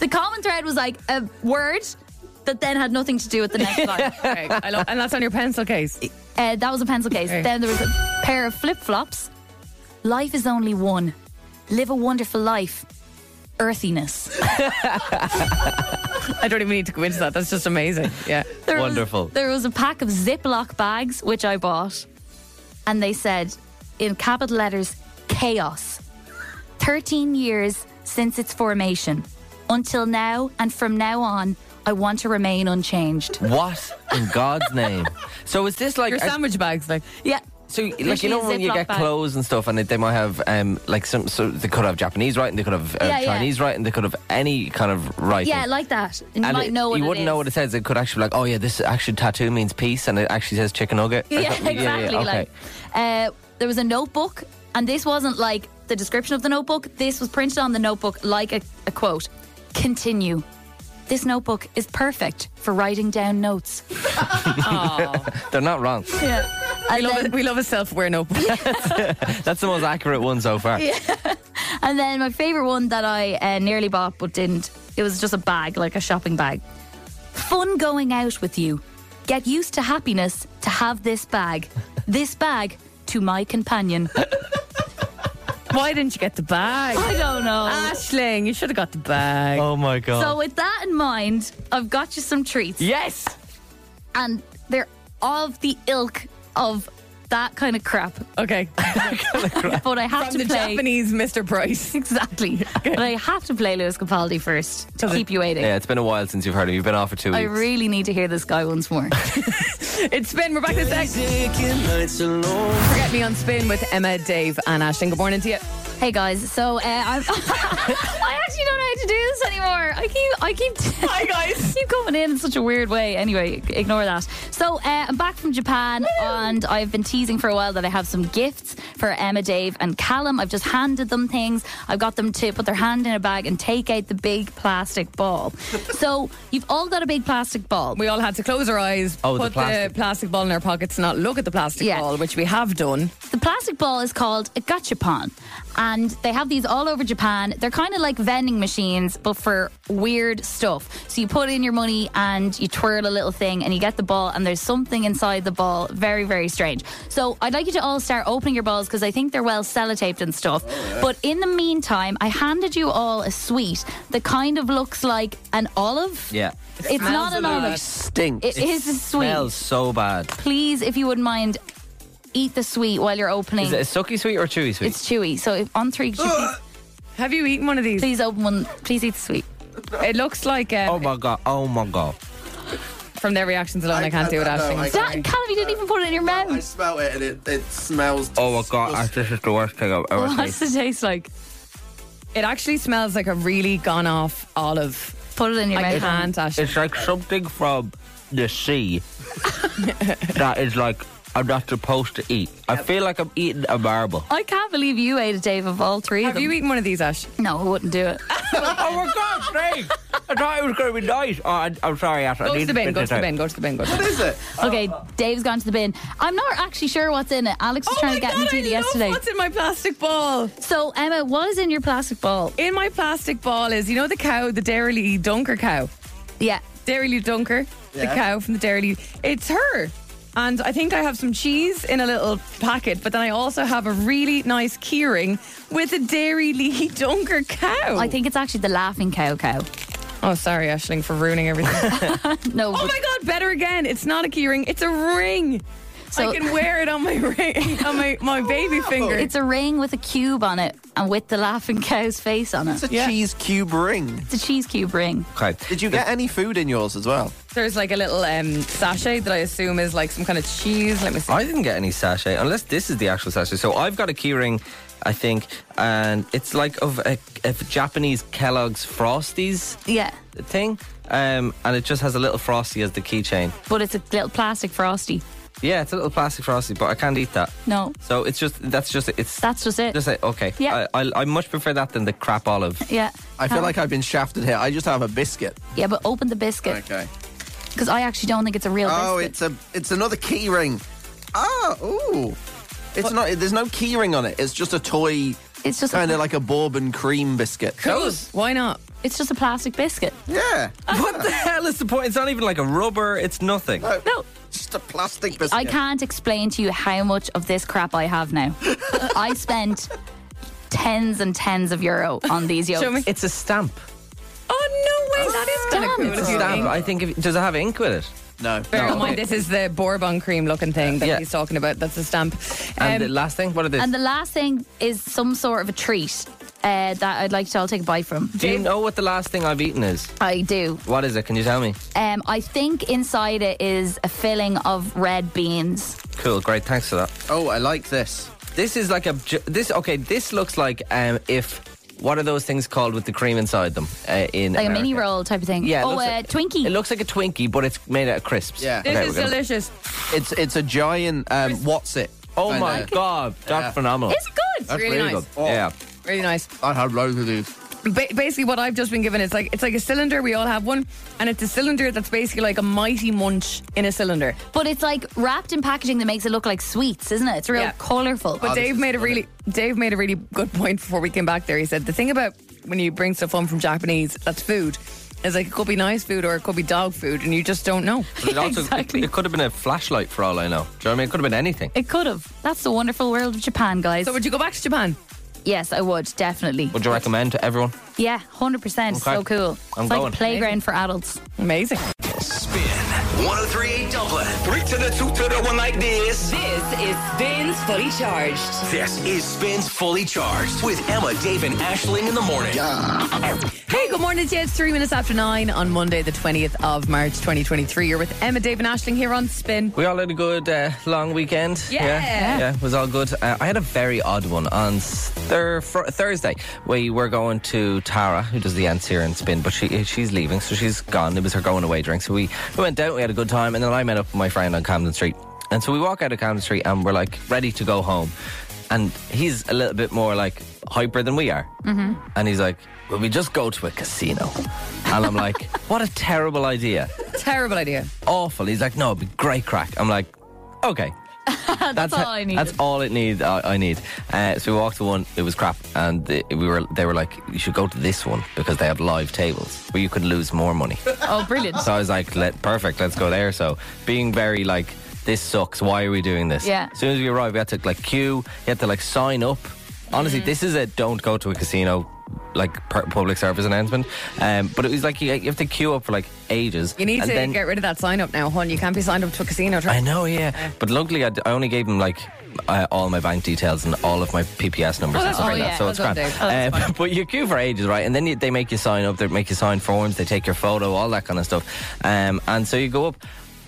D: the common thread was like a word, that then had nothing to do with the next line.
C: Okay, I love, and that's on your pencil case.
D: Uh, that was a pencil case.
C: Okay.
D: Then there was a pair of flip flops. Life is only one. Live a wonderful life. Earthiness.
C: I don't even need to go into that. That's just amazing. Yeah.
D: There was-
E: Wonderful.
D: there was a pack of Ziploc bags, which I bought, and they said in capital letters chaos. 13 years since its formation. Until now and from now on, I want to remain unchanged.
E: What in God's name? So is this like
C: Your
E: are-
C: sandwich bags, like
D: Yeah.
E: So, like you know,
D: Literally a
E: when you
D: Ziploc
E: get
D: bag.
E: clothes and stuff, and they, they might have um, like some. So they could have Japanese writing, they could have uh,
D: Yeah, yeah.
E: Chinese writing, they could have any kind of writing.
D: Yeah, like that. And you
E: and
D: might
E: it-
D: know what
E: you
D: it
E: wouldn't know
D: is.
E: what it says. It could actually be like, oh yeah, this actually tattoo means peace, and it actually says chicken nugget. or
D: yeah,
E: something.
D: exactly. Like, uh, there was a notebook, and this wasn't like the description of the notebook. This was printed on the notebook like a, a quote. Continue. This notebook is perfect for writing down notes.
E: they're not wrong.
D: Yeah.
C: we
D: And
C: love, a,
D: then,
C: we love a self-aware notebook.
E: That's the most accurate one so far.
D: and then my favorite one that I uh, nearly bought but didn't. It was just a bag, like a shopping bag. Fun going out with you. Get used to happiness to have this bag. This bag to my companion.
C: Why didn't you get the bag,
D: I don't know.
C: Ashling? You should have got the bag.
E: Oh my god.
D: So with that in mind, I've got you some treats.
E: yes.
D: And they're of the ilk of that kind of crap.
C: Okay,
D: But I have
C: from the
D: to play
C: Japanese Mr. Price.
D: Exactly. But I have to play Lewis Capaldi first to keep you waiting.
E: Oh, Yeah, it's been a while since you've heard it. You've been off for two weeks.
D: I really need to hear this guy once more.
C: It's spin. We're back in a sec. Forget me on spin with Emma, Dave, and Ashling. Good morning to you.
D: hey guys, so uh, I'm I actually don't know how to do this anymore. I keep I keep Hi guys. keep coming in in such a weird way. Anyway, ig- ignore that. So uh, I'm back from Japan and I've been teasing for a while that I have some gifts for Emma, Dave, and Callum. I've just handed them things. I've got them to put their hand in a bag and take out the big plastic ball. so you've all got a big plastic ball.
C: We all had to close our eyes,
E: Oh, the
C: put
E: plastic.
C: ball in our pockets, not look at the plastic
D: Yeah.
C: ball, which we have done.
D: The plastic ball is called a gachapon, and they have these all over Japan. They're kind of like vending machines, but for weird stuff. So you put in your money and you twirl a little thing, and you get the ball, and there's something inside the ball. Very, very strange. So I'd like you to all start opening your balls because I think they're well sellotaped and stuff. But in the meantime, I handed you all a sweet that kind of looks like an olive.
E: Yeah.
D: It's not an olive.
G: Stink.
D: It is a sweet.
E: Smells so bad.
D: Please, if you wouldn't mind, eat the sweet while you're opening.
E: Is it a sucky sweet or a chewy sweet?
D: It's chewy. So if on three, could you please,
C: Have you eaten one of these?
D: please open one. Please eat the sweet.
C: It looks like uh,
E: oh my god. Oh my god.
C: from their reactions alone, I, can't do it.
G: I- I- no,
C: Ashling.
G: I-
D: That, Callum, you didn't even put it in your
G: I
D: mouth.
G: smell it and it, it smells.
E: Oh my god. I- This is the worst thing I've ever
D: What's
E: tasted.
D: the taste like?
C: It actually smells like a really gone off olive.
D: Put it in your
C: I
D: mouth.
C: can't, Ashling.
E: It's like something from the sea that is like I'm not supposed to eat. I feel like I'm eating a marble.
D: I can't believe you ate a Dave of all three. of
C: Have
D: them.
C: you eaten one of these, Ash?
D: No, I wouldn't do it.
E: oh my god, Dave! I thought it was going to be nice. Oh, I, I'm sorry, Ash.
C: Go
E: I
C: to
E: need
C: the bin. Go to the bin. Go to the bin. Go to the bin.
G: Is it?
D: Okay, Dave's gone to the bin. I'm not actually sure what's in it. Alex was trying to get me to
C: Oh I
D: it
C: love
D: yesterday.
C: What's in my plastic ball?
D: So Emma, what is in your plastic ball?
C: In my plastic ball is you know the cow, the Dairy Dunker cow.
D: Yeah.
C: Dairy Dunker, the
G: Yeah.
C: cow from the Dairy. It's her. And I think I have some cheese in a little packet, but then I also have a really nice keyring with a Dairy Lee Dunker cow.
D: I think it's actually the laughing cow cow.
C: oh, sorry, Ashling, for ruining everything.
D: No,
C: oh
D: but-
C: my God, better again. It's not a keyring, it's a ring.
D: So-
C: I can wear it on my ring, on my, my baby finger.
D: it's a ring with a cube on it and with the laughing cow's face on it.
G: It's a cheese cube ring.
D: It's a cheese cube ring.
E: Okay.
G: Did you get any food in yours as well?
C: There's like a little um, sachet that I assume is like some kind of cheese. Let me see.
E: I didn't get any sachet, unless this is the actual sachet. So I've got a keyring, I think, and it's like of a, of a Japanese Kellogg's Frosties
D: Yeah.
E: thing, um, and it just has a little frosty as the keychain.
D: But it's a little plastic frosty.
E: Yeah, it's a little plastic frosty, but I can't eat that.
D: No.
E: So it's just that's just it's
D: That's just it.
E: just like, okay.
D: Yeah.
E: I, I I much prefer that than the crap olive.
D: Yeah.
G: I feel
D: Um,
G: like I've been shafted here. I just have a biscuit.
D: Yeah, but open the biscuit
G: Okay.
D: because I actually don't think it's a real
G: Oh,
D: biscuit.
G: it's a it's another key ring. Ah, ooh. It's not. There's no key ring on it. It's just a toy.
D: It's just a-
G: kind of like a bourbon cream biscuit.
C: Why not?
D: It's just a plastic biscuit.
G: Yeah.
E: What the hell is the point? It's not even like a rubber. It's nothing.
D: No,
G: Just a plastic biscuit.
D: I can't explain to you how much of this crap I have now. I spent tens and tens of euro on these yolks.
C: Show me.
E: It's a stamp.
C: Oh no way! That is kind of
D: Stamp.
C: cool.
D: It's
C: if
E: It's
C: you
E: a stamp.
C: think.
E: I think. If, does it have ink with it?
G: No.
C: Bear
E: No.
C: in mind, this is the Bourbon cream looking thing that
E: Yeah.
C: he's talking about. That's a stamp.
E: And
C: Um,
E: the last thing. What are these?
D: And the last thing is some sort of a treat uh, that I'd like to all take a bite from.
E: Do you know what the last thing I've eaten is?
D: I do.
E: What is it? Can you tell me?
D: Um, I think inside it is a filling of red beans.
E: Cool. Great. Thanks for that.
G: Oh, I like this.
E: This is like a ju- this. Okay. This looks like um if what are those things called with the cream inside them uh, in
D: Like a mini
E: America?
D: roll type of thing.
E: Yeah. it
D: oh,
E: looks
D: uh,
E: like-
D: Twinkie.
E: It looks like a Twinkie, but it's made out of crisps.
G: Yeah.
C: this
E: Okay,
C: is
E: we're gonna-
C: delicious.
G: It's it's a giant um, what's it?
E: Oh
G: I
E: my
G: know.
E: god, that's
G: Yeah.
E: phenomenal.
D: is it good?
E: That's
C: Really nice.
E: good. Yeah.
C: Really nice.
G: I had loads of these.
C: ba- basically what I've just been given is like it's like a cylinder. We all have one, and it's a cylinder that's basically like a mighty munch in a cylinder.
D: But it's like wrapped in packaging that makes it look like sweets, isn't it? It's real
C: Yeah.
D: colourful.
C: But
G: this
C: Dave
G: is
C: made a
G: funny.
C: really Dave made a really good point before we came back there. He said the thing about when you bring stuff home from Japanese that's food is like it could be nice food or it could be dog food, and you just don't know.
E: But it also
D: Exactly.
E: it could have been a flashlight for all I know. Do you know what I mean? It could have been anything.
D: it could have. That's the wonderful world of Japan, guys.
C: So would you go back to Japan?
D: yes, I would definitely.
E: Would you recommend to everyone?
D: Yeah, hundred percent.
E: Okay.
D: So cool.
E: I'm
D: it's
E: going.
D: like a playground for adults.
C: Amazing.
A: Spin 1038 Dublin. Three to the two to the one like this.
B: This is Spins Fully Charged.
A: This is Spins Fully Charged with Emma, Dave, and Ashling in the morning.
C: Hey, good morning, to you. It's three minutes after nine on Monday, the twentieth of March, twenty twenty three. You're with Emma, Dave, and Ashling here on Spin.
E: We all had a good uh, long weekend.
C: Yeah.
E: yeah, Yeah, it was all good. Uh, I had a very odd one on thir- fr- Thursday. We were going to Tara, who does the ants here and spin, but she she's leaving, so she's gone. It was her going away drink. So we, we went down, we had a good time, and then I met up with my friend on Camden Street. And so we walk out of Camden Street and we're like ready to go home. And he's a little bit more like hyper than we are. Mm-hmm. And he's like, Will we just go to a casino? And I'm like, What a terrible idea
C: Terrible idea.
E: awful. He's like, no, it'd be great crack. I'm like, okay. that's,
D: all
E: ho-
D: I needed.
E: That's all it need. I, I need. Uh, so we walked to one. It was crap, and the, we were. They were like, you should go to this one because they have live tables where you could lose more money.
D: Oh, brilliant.
E: so I was like, let, perfect. Let's go there. So being very like, this sucks. Why are we doing this?
D: Yeah.
E: As soon as we arrived, we had to like queue. You had to like sign up. Honestly, this is a don't go to a casino like per- public service announcement. Um, but it was like you, you have to queue up for like ages.
C: You need
E: and
C: to
E: then-
C: get rid of that sign up now, hon. You can't be signed up to a casino.
E: I
C: Try.
E: know, yeah. But luckily, I, d- I only gave him like uh, all my bank details and all of my PPS numbers
C: Oh,
E: and
C: that's
E: stuff like
D: fine.
E: that. So
D: Oh,
E: it's
C: yeah.
E: grand.
C: That's
E: Uh, but you queue for ages, right? And then you, they make you sign up. They make you sign forms. They take your photo, all that kind of stuff. Um, and so you go up.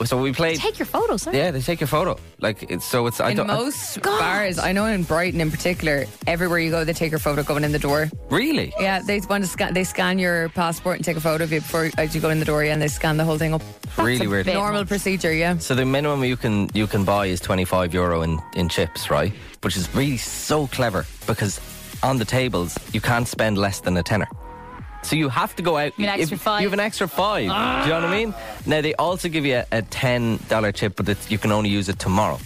E: So we played.
D: Take your photos. Sorry.
E: yeah, they take your photo. Like it's so it's. I
C: In
E: don't. I-
C: most bars, I know in Brighton in particular, everywhere you go, they take your photo going in the door.
E: really.
C: Yeah, they want to scan. They scan your passport and take a photo of you before as you go in the door, yeah, and they scan the whole thing up.
E: really
D: a
E: weird.
D: bit-
C: Normal procedure, yeah.
E: So the minimum you can you can buy is twenty five euro in in chips, right? Which is really so clever because on the tables you can't spend less than a tenner. So you have to go out.
D: You have an
E: if-
D: extra five.
E: You have an extra five. Do you know what I mean? Now they also give you a, a ten dollar chip, but it's, you can only use it tomorrow.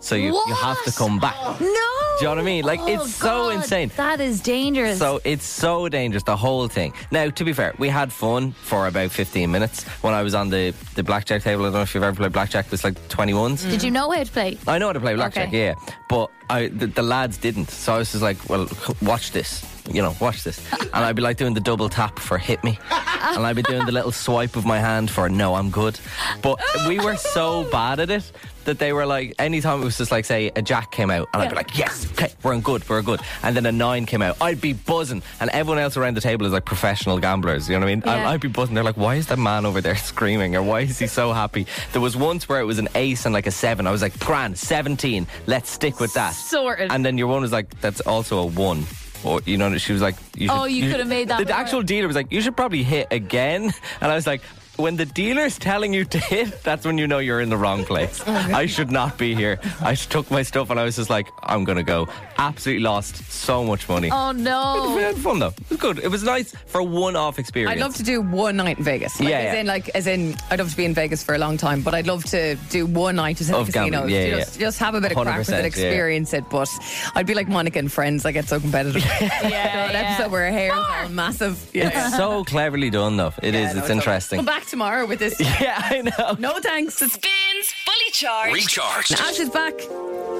E: So you, you have to
D: What?
E: come back.
D: No. Oh,
E: Do you know what I mean? Like, it's so insane.
D: That is dangerous.
E: So it's so dangerous, the whole thing. Now, to be fair, we had fun for about 15 minutes when I was on the, the blackjack table. I don't know if you've ever played blackjack, it's like 21s.
D: Did you know how to play?
E: I know how to play blackjack,
D: Okay.
E: yeah, but I the, the lads didn't. So I was just like, well, watch this, you know, watch this, and I'd be like doing the double tap for hit me, and I'd be doing the little swipe of my hand for no, I'm good. But we were so bad at it that they were like, anytime it was just like, say, a jack came out, and I'd be like, yes, okay, we're in good, we're in good, and then a nine came out, I'd be buzzing, and everyone else around the table is like professional gamblers, you know what I mean? And
D: Yeah.
E: I'd be buzzing. They're like, why is that man over there screaming, or why is he so happy? There was once where it was an ace and like a seven. I was like, grand, seventeen. Let's stick with that.
D: Sorted.
E: And then your one was like, that's also a one. Or you know, she was like, you should,
D: Oh, you could have made that
E: The
D: more.
E: actual dealer was like, you should probably hit again. And I was like. when the dealer's telling you to hit, that's when you know you're in the wrong place. I should not be here. I took my stuff and I was just like, I'm gonna go. Absolutely lost so much money.
D: Oh
E: We
D: no.
E: had fun though. It was good. It was nice for a one-off experience.
C: I'd love to do one night in Vegas. Like,
E: Yeah,
C: As
E: yeah.
C: in, like, as in, I'd love to be in Vegas for a long time, but I'd love to do one night just at
E: Of
C: the casinos.
E: gambling, yeah,
C: just,
E: yeah.
C: just have a bit of crack with it,
E: 100%, yeah.
C: experience it. But I'd be like Monica and Friends. I get so competitive. yeah, an
D: yeah.
C: episode where her hair is all massive. Yeah, yeah.
E: It's so cleverly done, though. It is.
C: I
E: It's
C: know, all right.
E: interesting.
C: Come back tomorrow with this.
E: Yeah, I know.
C: No thanks. It's
B: Spins Fully Charged.
A: Recharged.
C: Ash is back.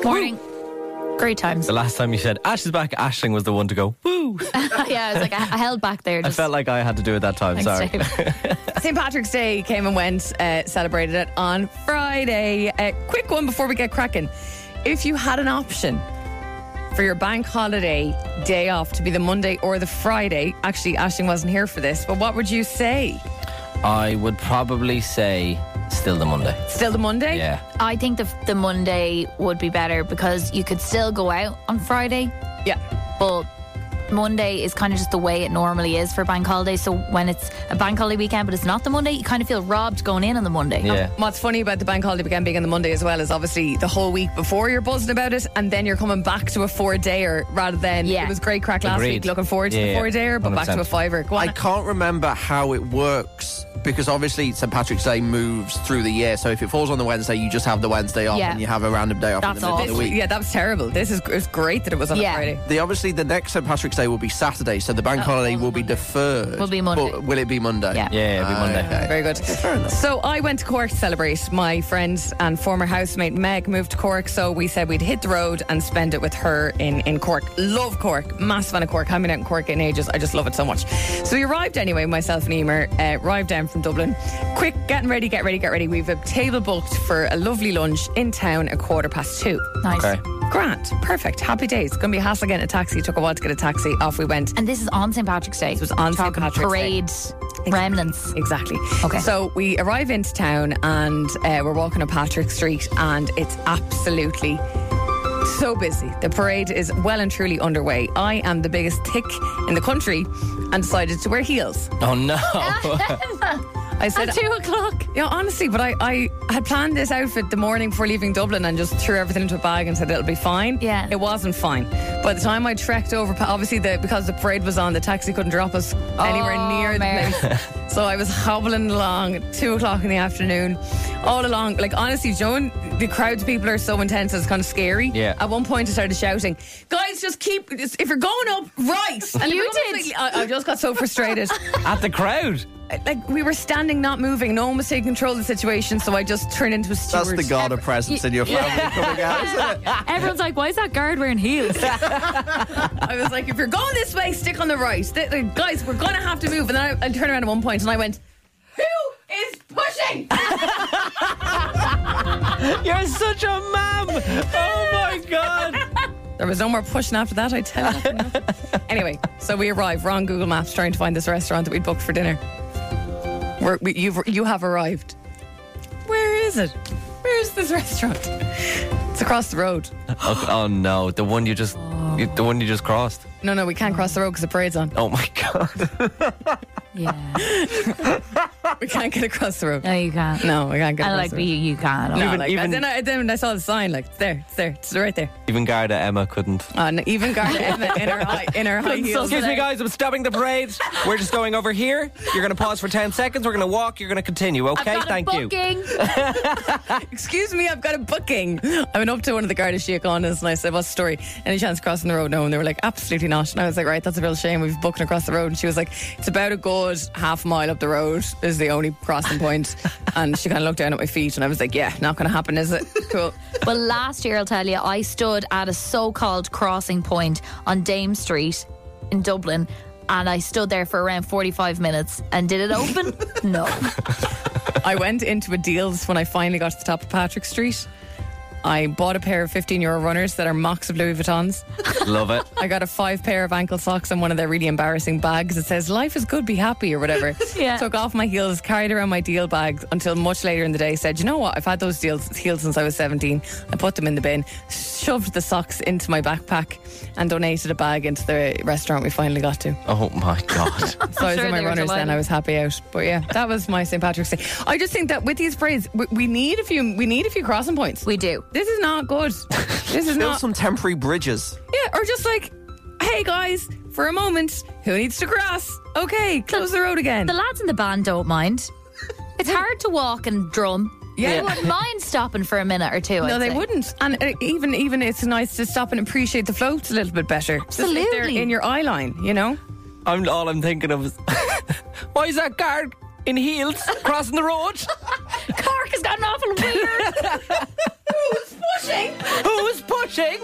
D: Morning. Great times.
E: The last time you said Ash is back, Ashling was the one to go. Woo!
D: yeah, I was like, I, I held back there.
E: I
D: Just,
E: felt like I had to do it that time.
D: Thanks,
E: Sorry.
D: Dave.
C: St. Patrick's Day came and went, uh, celebrated it on Friday. A quick one before we get cracking. If you had an option for your bank holiday day off to be the Monday or the Friday, actually, Ashton wasn't here for this, but what would you say?
E: I would probably say still the Monday.
C: Still the Monday?
E: Yeah.
D: I think the, the Monday would be better because you could still go out on Friday,
C: Yeah.
D: but Monday is kind of just the way it normally is for bank holiday. So when it's a bank holiday weekend, but it's not the Monday, you kind of feel robbed going in on the Monday.
E: Yeah.
C: What's funny about the bank holiday weekend being on the Monday as well is obviously the whole week before you're buzzing about it, and then you're coming back to a four dayer rather than
D: Yeah.
C: it was great crack last
E: Agreed.
C: week. Looking forward to
E: Yeah,
C: the
E: yeah.
C: four dayer, but back to a
E: 100%.
C: fiver. Go on.
G: I can't remember how it works because obviously St. Patrick's Day moves through the year. So if it falls on the Wednesday, you just have the Wednesday off
D: Yeah.
G: and you have a random day off
D: That's
G: in the middle
D: all.
G: of
C: This-
G: the week.
C: yeah, that was terrible. This is it's great that it was on a
D: Yeah.
C: Friday.
G: The, obviously, the next St. Patrick's Day will be Saturday, so the bank holiday will be deferred.
D: Oh, Will be Monday.
G: But will it be Monday?
D: Yeah.
E: Yeah, it'd be Monday.
G: okay.
C: Uh, Very good. So I went to Cork to celebrate. My friend and former housemate Meg moved to Cork, so we said we'd hit the road and spend it with her in, in Cork. Love Cork. Massive fan of Cork. Haven't been out in Cork in ages. I just love it so much. So we arrived anyway, myself and Emer, uh, arrived down from Dublin. Quick, getting ready, get ready, get ready. We've a table booked for a lovely lunch in town at quarter past two.
D: Oh, Nice.
E: Okay.
C: Grant, perfect. Happy days. Gonna be a hassle getting a taxi. Took a while to get a taxi. Off we went.
D: And this is on St. Patrick's Day. This
C: was on St.
D: Talking
C: Patrick's
D: parade remnants.
C: Exactly.
D: Okay.
C: So we arrive into town and uh, we're walking up Patrick Street, and it's absolutely so busy. The parade is well and truly underway. I am the biggest tick in the country and decided to wear heels.
E: Oh no.
C: I said,
D: At two o'clock.
C: yeah, honestly, but I, I had planned this outfit the morning before leaving Dublin and just threw everything into a bag and said it'll be fine.
D: Yeah.
C: It wasn't fine. By the time I trekked over, pa- obviously, the, because the parade was on, the taxi couldn't drop us anywhere
D: Oh,
C: near
D: Mary.
C: the place. so I was hobbling along at two o'clock in the afternoon, all along. Like, honestly, Joan, the crowds of people are so intense, it's kind of scary.
E: Yeah.
C: At one point, I started shouting, guys, just keep, if you're going up, right. And if
D: You
C: you're going up
D: did.
C: slightly- I, I just got so frustrated
E: At the crowd.
C: like we were standing, not moving. No one was taking control of the situation, so I just turned into a steward.
G: That's the god of presence in your family coming out, isn't it?
D: Everyone's like, why is that guard wearing heels?
C: I was like, if you're going this way, stick on the right. Th- like, guys, we're gonna have to move. And then I, I turned around at one point and I went, "Who is pushing?"
E: You're such a mum. Oh my god.
C: there was no more pushing after that. I tell you. anyway, so we arrive. We're on Google Maps trying to find this restaurant that we booked for dinner. We're, we, you've, you have arrived. Where is it? Where is this restaurant? It's across the road.
E: Okay, oh no, the one you just, you- the one you just crossed.
C: No, no, we can't cross the road because the parade's on.
E: Oh my god.
D: yeah.
C: We can't get across the road.
D: No, you can't.
C: No, we can't get
D: And
C: across
D: like,
C: the
D: you,
C: road.
D: you can't.
C: No,
E: Even-
C: like,
E: even-
C: then, I, then I saw the sign, like, it's there, it's there, it's right there.
E: Even Garda Emma couldn't.
C: Uh, no, even Garda Emma in her, high- in her high heels.
E: Excuse me, guys. I'm stopping the parade. We're just going over here. You're going to pause for ten seconds. We're going to walk. You're going to continue. Okay, thank you.
C: Excuse me, I've got a booking. I went up to one of the Garda Síochánas and I said, what's the story? Any chance of crossing the road? No. And they were like, absolutely not. And I was like, right, that's a real shame. We've booked across the road. And she was like, it's about a good half mile up the road is the only crossing point. and she kind of looked down at my feet and I was like, yeah, not going to happen, is it? Cool.
D: Well, last year, I'll tell you, I stood at a so called crossing point on Dame Street in Dublin. And I stood there for around 45 minutes. And did it open? no.
C: I went into a deals when I finally got to the top of Patrick Street. I bought a pair of 15 euro runners that are mocks of Louis Vuittons.
E: Love it.
C: I got a five pair of ankle socks and one of their really embarrassing bags that says "Life is good, be happy" or whatever.
D: Yeah.
C: Took off my heels, carried around my deal bags until much later in the day. Said, "You know what? I've had those deals heels since I was 17." I put them in the bin, shoved the socks into my backpack, and donated a bag into the restaurant we finally got to.
E: Oh my god.
C: So I was
D: sure
C: in my
D: they were
C: runners then.
D: delighted.
C: I was happy out. But yeah, that was my St Patrick's Day. I just think that with these sprays, we, we need a few. We need a few crossing points.
D: We do.
C: This is not good. This is
G: Build
C: not.
G: some temporary bridges.
C: Yeah, or just like, hey guys, for a moment, who needs to cross? Okay, close the road again.
D: The lads in the band don't mind. It's hard to walk and drum.
C: Yeah.
D: They wouldn't mind stopping for a minute or two.
C: no,
D: I'd
C: they
D: say.
C: wouldn't. And uh, even even it's nice to stop and appreciate the floats a little bit better. Just if they're
D: Absolutely.
C: in your eye line, you know.
E: I'm all I'm thinking of is why is that guard in heels crossing the road?
D: Cork has gotten awful weird.
E: Who's pushing?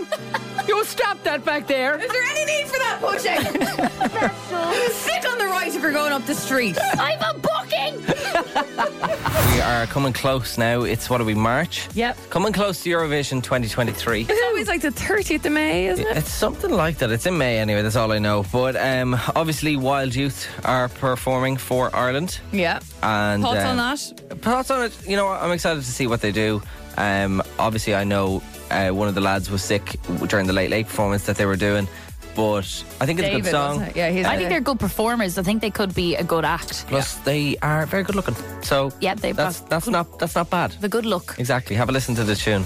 E: You stop that back there.
C: Is there any need for that pushing? Stick on the right if you're going up the street.
D: I'm a booking.
E: We are coming close now. It's what are we, March?
C: Yep.
E: Coming close to Eurovision 2023.
C: It's always like the 30th of May, isn't it?
E: It's something like that. It's in May anyway, that's all I know. But um, obviously, Wild Youth are performing for Ireland.
C: Yeah.
E: And
C: Thoughts
E: um,
C: on that?
E: Thoughts on it? You know, what, I'm excited to see what they do. Um, obviously, I know uh, one of the lads was sick during the late late performance that they were doing, but I think it's a good
C: David,
E: song.
C: wasn't it? Yeah, he's
D: I
C: the-
D: think they're good performers. I think they could be a good act.
E: Plus, they are very good looking. So
D: Yeah, they've
E: that's
D: got
E: that's not that's not bad.
D: The good look.
E: Exactly. Have a listen to the tune.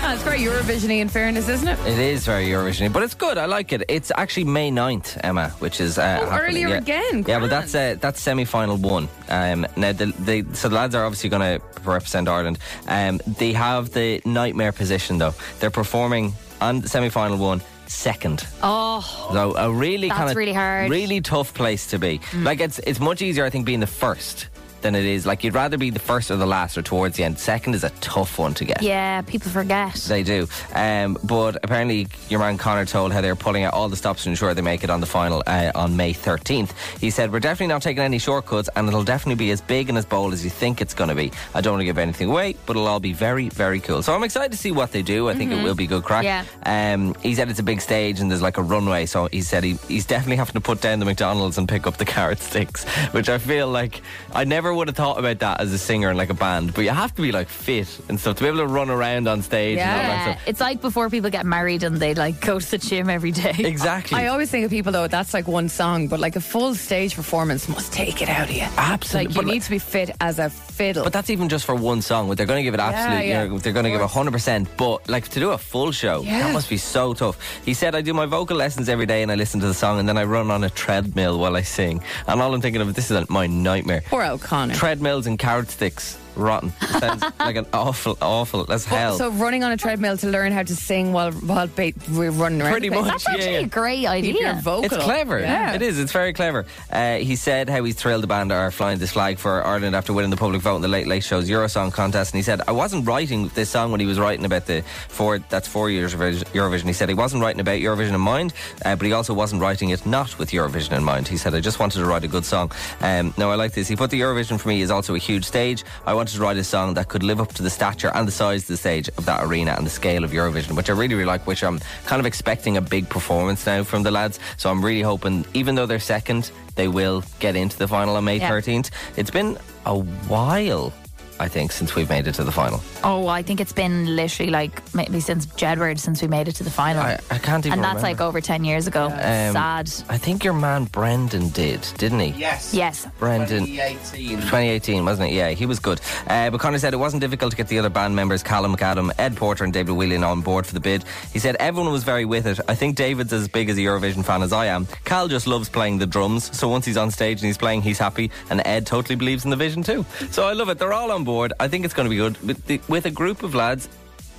C: Oh, it's very Eurovisiony in fairness, isn't it?
E: It is very Eurovision, but it's good. I like it. It's actually May 9th, Emma, which is uh,
D: Oh,
E: happening,
C: earlier
E: yeah.
C: again,
E: Yeah, but
C: grand.
E: that's uh, that's semi final one. Um, now, the, the, so the lads are obviously going to represent Ireland. Um, they have the nightmare position though. They're performing on semi final one second.
D: Oh,
E: So a really
D: That's
E: kind of
D: really hard. Hmm.
E: really tough place to be. Like it's it's much easier, I think, being the first than it is. Like you'd rather be the first or the last or towards the end. Second is a tough one to get.
D: yeah. People forget.
E: They do. Um, but apparently, your man Connor told how they're pulling out all the stops to ensure they make it on the final uh, on May 13th. He said, We're definitely not taking any shortcuts, and it'll definitely be as big and as bold as you think it's going to be. I don't want to give anything away, but it'll all be very, very cool. So I'm excited to see what they do. I think it will be good crack.
D: Yeah.
E: Um, he said it's a big stage and there's like a runway, so he said he, he's definitely having to put down the McDonald's and pick up the carrot sticks, which I feel like I never would have thought about that as a singer in like a band. But you have to be like fit and stuff to be able to run around on stage and all that
D: Yeah.
E: stuff.
D: It's like before people get married and they like go to the gym every day.
E: Exactly.
C: I always think of people though. That's like one song, but like a full stage performance must take it out of you.
E: Absolutely.
C: Like you
E: But, like-
C: need to be fit as a fiddle.
E: but that's even just for one song. They're going to give it absolute.
C: yeah,
E: You know, they're going to
C: of
E: give
C: course.
E: hundred percent. But like to do a full show,
C: Yeah.
E: that must be so tough. He said, "I do my vocal lessons every day, and I listen to the song, and then I run on a treadmill while I sing. And all I'm thinking of this is my nightmare.
C: Poor O'Connor.
E: treadmills and carrot sticks. Rotten. Sounds like an awful, awful. That's hell.
C: so running on a treadmill to learn how to sing while while ba- we're running around.
E: Pretty
C: the place.
E: much.
D: That's actually
E: Yeah.
D: a great
C: Keep your
D: idea.
C: vocal.
E: it's clever.
C: Yeah.
E: It is. It's very clever. Uh, he said how he's thrilled the band are flying this flag for Ireland after winning the public vote in the Late Late Show's Eurosong contest. And he said, I wasn't writing this song when he was writing about the four, that's four years of Eurovision. He said he wasn't writing about Eurovision in mind, uh, but he also wasn't writing it not with Eurovision in mind. He said, I just wanted to write a good song. Um, now, I like this. He put the Eurovision for me is also a huge stage. I wanted to write a song that could live up to the stature and the size of the stage of that arena and the scale of Eurovision, which I really, really like, which I'm kind of expecting a big performance now from the lads. So I'm really hoping, even though they're second, they will get into the final on May
D: Yeah.
E: 13th. It's been a while, I think, since we've made it to the final.
D: Oh, I think it's been literally like maybe since Jedward since we made it to the final.
E: I, I can't even
D: and that's like
E: remember.
D: over 10 years ago.
E: Um,
D: Sad.
E: I think your man Brendan did, didn't he?
G: Yes.
D: Yes.
E: Brendan.
G: 2018.
E: 2018, wasn't it? Yeah, he was good. Uh, but Connor said it wasn't difficult to get the other band members, Callum McAdam, Ed Porter, and David Whelan, on board for the bid. He said everyone was very with it. I think David's as big as a Eurovision fan as I am. Cal just loves playing the drums, so once he's on stage and he's playing, he's happy. And Ed totally believes in the vision too. So I love it. They're all on board. I think it's going to be good. With, the, with a group of lads,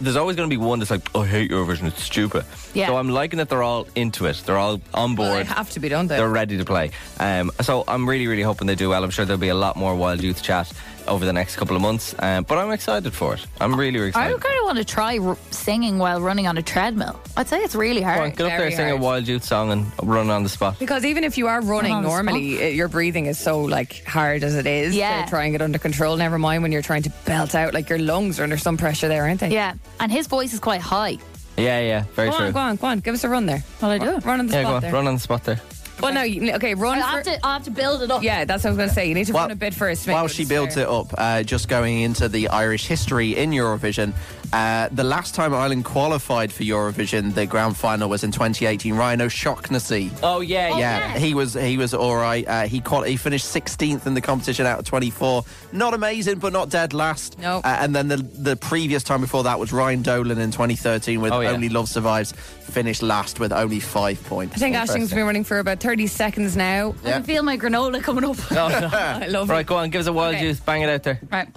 E: there's always going to be one that's like, I hate Eurovision, it's stupid.
D: Yeah.
E: So I'm liking that they're all into it. They're all on board
C: Well, they have to be, don't they?
E: they're ready to play. Um, so I'm really, really hoping they do well. I'm sure there'll be a lot more Wild Youth chat over the next couple of months. Um, but I'm excited for it. I'm really
D: I
E: excited.
D: would kind of want to try r- singing while running on a treadmill. I'd say it's really hard.
E: Go on, get up there,
C: Very
E: sing a
C: hard.
E: Wild Youth song, and run on the spot.
C: Because even if you are running
D: on the
C: normally, it, your breathing is so like hard as it is.
D: Yeah.
C: So trying it under control. Never mind when you're trying to belt out. Like your lungs are under some pressure there, aren't they?
D: Yeah, and his voice is quite high.
E: Yeah, yeah, very
C: Go
E: true.
C: on, go on, go on. Give us a run there.
D: Well, I do.
C: Run on the
E: yeah,
C: spot
E: go on,
C: there.
E: run on the spot there.
C: Well, no, you, okay, run.
D: I
C: for-
D: have to, I have to build it up.
C: yeah, that's what I was going to say. You need to run a bit first.
G: While she builds it up, uh, just going into the Irish history in Eurovision, uh, the last time Ireland qualified for Eurovision, the grand final was in 2018. Rhino Shocknessy.
E: Oh yeah, yeah.
G: Yeah, he was he was all right. Uh, he qual- he finished 16th in the competition out of 24. Not amazing, but not dead last.
C: No.
G: Uh, and then the the previous time before that was Ryan Dolan in 2013 with
E: Oh, yeah.
G: Only Love Survives, finished last with only five points.
C: I think Ashton's been running for about 30 seconds now.
D: I can feel my granola coming up.
C: I love
E: Right,
C: it.
E: go on, give us a Wild
C: Okay.
E: Youth, bang it out there.
C: Right.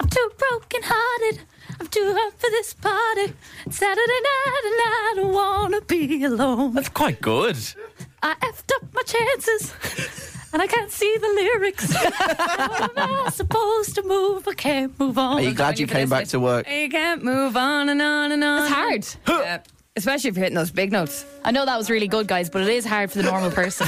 D: I'm too broken hearted. I'm too hurt for this party. Saturday night, and I don't wanna be alone.
E: That's quite good.
D: I effed up my chances. And I can't see the lyrics. How am I supposed to move? I can't move on.
G: Are you glad
C: join
G: you
C: you for
G: came
C: this
G: back
C: bit.
G: to work?
C: You can't move on and on and on.
D: It's hard.
C: Yeah. Especially if you're hitting those big notes.
D: I know that was really good, guys, but it is hard for the normal person.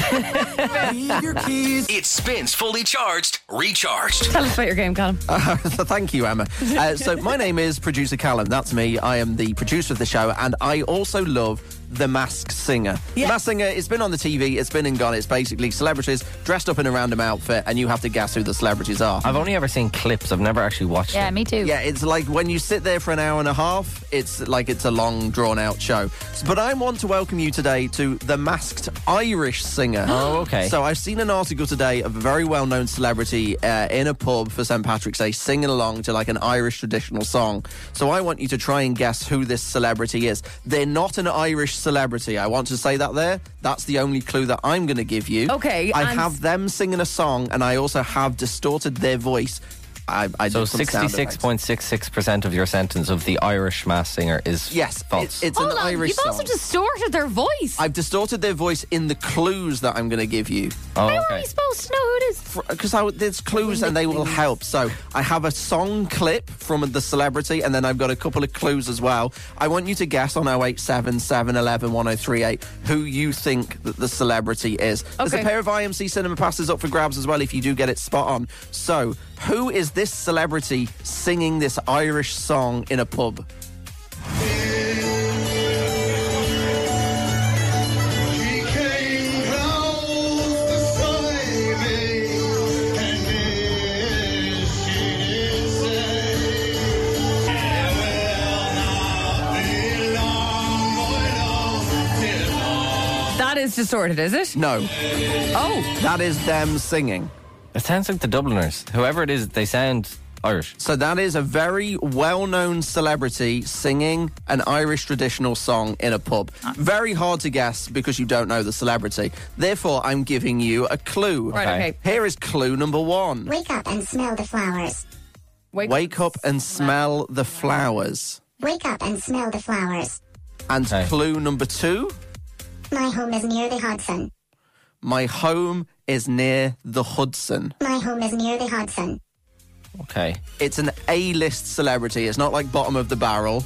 A: It spins fully charged, recharged.
C: Tell us about your game, Colin.
G: Uh, Thank you, Emma. Uh, so, my name is producer Callum. That's me. I am the producer of the show, and I also love The Masked Singer. The Masked Singer, it's been on the TV, it's been and gone. It's basically celebrities dressed up in a random outfit, and you have to guess who the celebrities are.
E: I've only ever seen clips. I've never actually watched.
D: yeah,
E: it.
D: me too.
G: Yeah, it's like when you sit there for an hour and a half, it's like it's a long, drawn out show. But I want to welcome you today to the masked Irish singer.
E: Oh, okay.
G: So I've seen an article today of a very well known celebrity uh, in a pub for St. Patrick's Day singing along to like an Irish traditional song. So I want you to try and guess who this celebrity is. They're not an Irish celebrity. I want to say that there. That's the only clue that I'm going to give you.
C: Okay,
G: I
C: and-
G: have them singing a song and I also have distorted their voice. I, I
E: So
G: did some sound
E: sixty-six
G: effects.
E: point six six percent of your sentence of the Irish mass singer is
G: Yes,
E: false.
G: It, it's
D: Hold
G: an
D: on,
G: Irish
D: you've
G: song.
D: also distorted their voice.
G: I've distorted their voice in the clues that I'm going to give you
D: How
E: oh,
D: are
E: okay.
D: we supposed to know who it is?
G: because there's clues and they will help. So I have a song clip from the celebrity, and then I've got a couple of clues as well. I want you to guess on 087 711 1038 who you think that the celebrity is. There's a
C: Okay.
G: pair of IMC cinema passes up for grabs as well if you do get it spot on. So who is this celebrity singing this Irish song in a pub?
C: That is distorted, is it?
G: No,
C: Oh,
G: that is them singing.
E: It sounds like the Dubliners. Whoever it is, they sound Irish.
G: So that is a very well-known celebrity singing an Irish traditional song in a pub. Very hard to guess because you don't know the celebrity. Therefore, I'm giving you a clue.
C: right,
E: Okay.
C: okay.
G: Here is clue number one.
H: Wake up and smell the flowers.
C: Wake,
G: Wake up and smell the flowers.
H: Wake up and smell the flowers.
G: And
E: Okay.
G: clue number two.
H: My home is near the Hudson.
G: My home is near the Hudson.
H: My home is near the Hudson.
E: Okay.
G: It's an A-list celebrity. It's not like bottom of the barrel.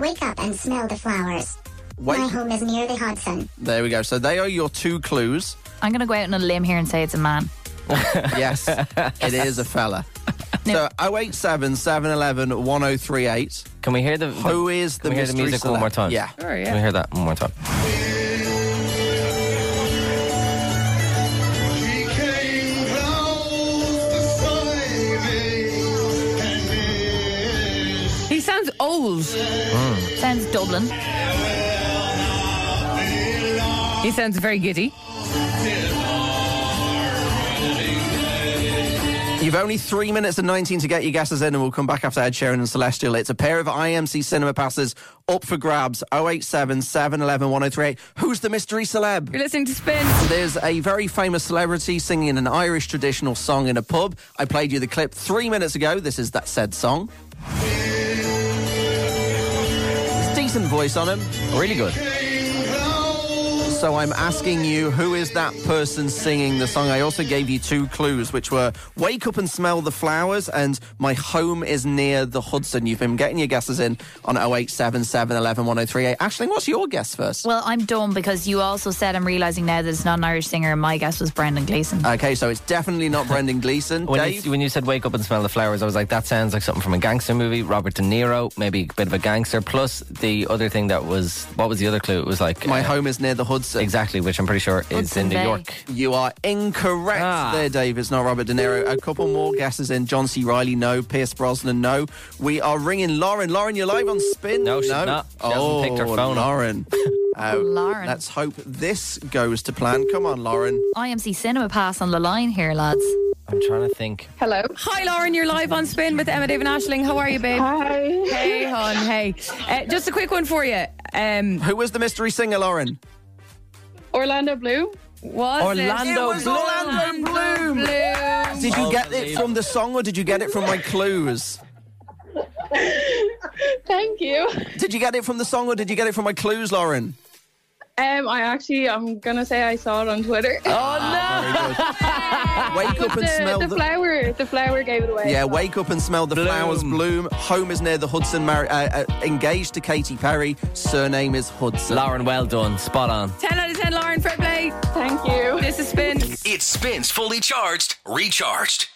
H: Wake up and smell the flowers. My
G: Wake.
H: home is near the Hudson.
G: There we go. So they are your two clues.
D: I'm going to go out on a limb here and say it's a man.
G: Yes, it is a fella. So 087 711 1038.
E: Can we hear the, the
G: Who is the
E: can we hear the
G: mystery
E: music one more
G: celeb?
E: time?
G: Yeah.
C: Sure, yeah.
E: Can we hear that one more time?
C: He sounds old.
D: Sounds Dublin.
C: He sounds very giddy.
G: You've only three minutes and 19 to get your guesses in, and we'll come back after Ed Sheeran and Celestial. It's a pair of IMC cinema passes up for grabs 087 711 1038. Who's the mystery celeb?
C: You're listening to Spin.
G: There's a very famous celebrity singing an Irish traditional song in a pub. I played you the clip three minutes ago. This is that said song. There's decent voice on him.
E: Really good.
G: So I'm asking you, who is that person singing the song? I also gave you two clues, which were Wake Up and Smell the Flowers and My Home is Near the Hudson. You've been getting your guesses in on 0877 11 1038. Ashling, what's your guess first?
D: Well, I'm dumb because you also said I'm realizing now that it's not an Irish singer, and my guess was Brendan Gleeson.
G: Okay, so it's definitely not Brendan Gleeson.
E: When
G: Dave?
E: you, when you said wake up and smell the flowers, I was like, that sounds like something from a gangster movie. Robert De Niro, maybe a bit of a gangster. Plus the other thing that was, what was the other clue? It was like
G: My
E: uh,
G: Home is Near the Hudson.
E: exactly, which I'm pretty sure is
D: Hudson
E: in New
D: Bay.
E: York.
G: You are incorrect
E: Ah.
G: there, Dave. It's not Robert De Niro. A couple more guesses in. John C. Riley, no. Pierce Brosnan, no. We are ringing Lauren. Lauren, you're live on spin.
E: No, she's not. She hasn't
G: oh,
E: picked her phone up.
G: Lauren. Oh,
D: Lauren.
G: Let's hope this goes to plan. Come on, Lauren.
D: IMC Cinema Pass on the line here, lads.
E: I'm trying to think.
I: Hello.
C: Hi, Lauren. You're live on Spin with Emma, Dave, and Ashling. How are you, babe?
I: Hi.
C: Hey, hon. Hey. Uh, just a quick one for you. Um,
G: Who was the mystery singer, Lauren?
I: Orlando Blue.
C: was
E: Orlando
C: it?
E: It was Bloom.
G: Orlando Bloom.
C: Bloom.
G: Did you get it from the song or did you get it from my clues?
I: Thank you.
G: Did you get it from the song or did you get it from my clues, Lauren?
I: Um, I actually, I'm gonna say I saw it on Twitter. Oh,
G: Ah, Very good. Wake up and smell
I: the, the flower. The flower gave it away.
G: Yeah, wake up and smell the flowers bloom. Home is near the Hudson. Mar- uh, uh, engaged to Katy Perry. Surname is Hudson.
E: Lauren, well done. Spot on.
C: 10 out of 10, Lauren. Fair play.
I: Thank you.
C: This is Spin.
A: It spins fully charged, recharged.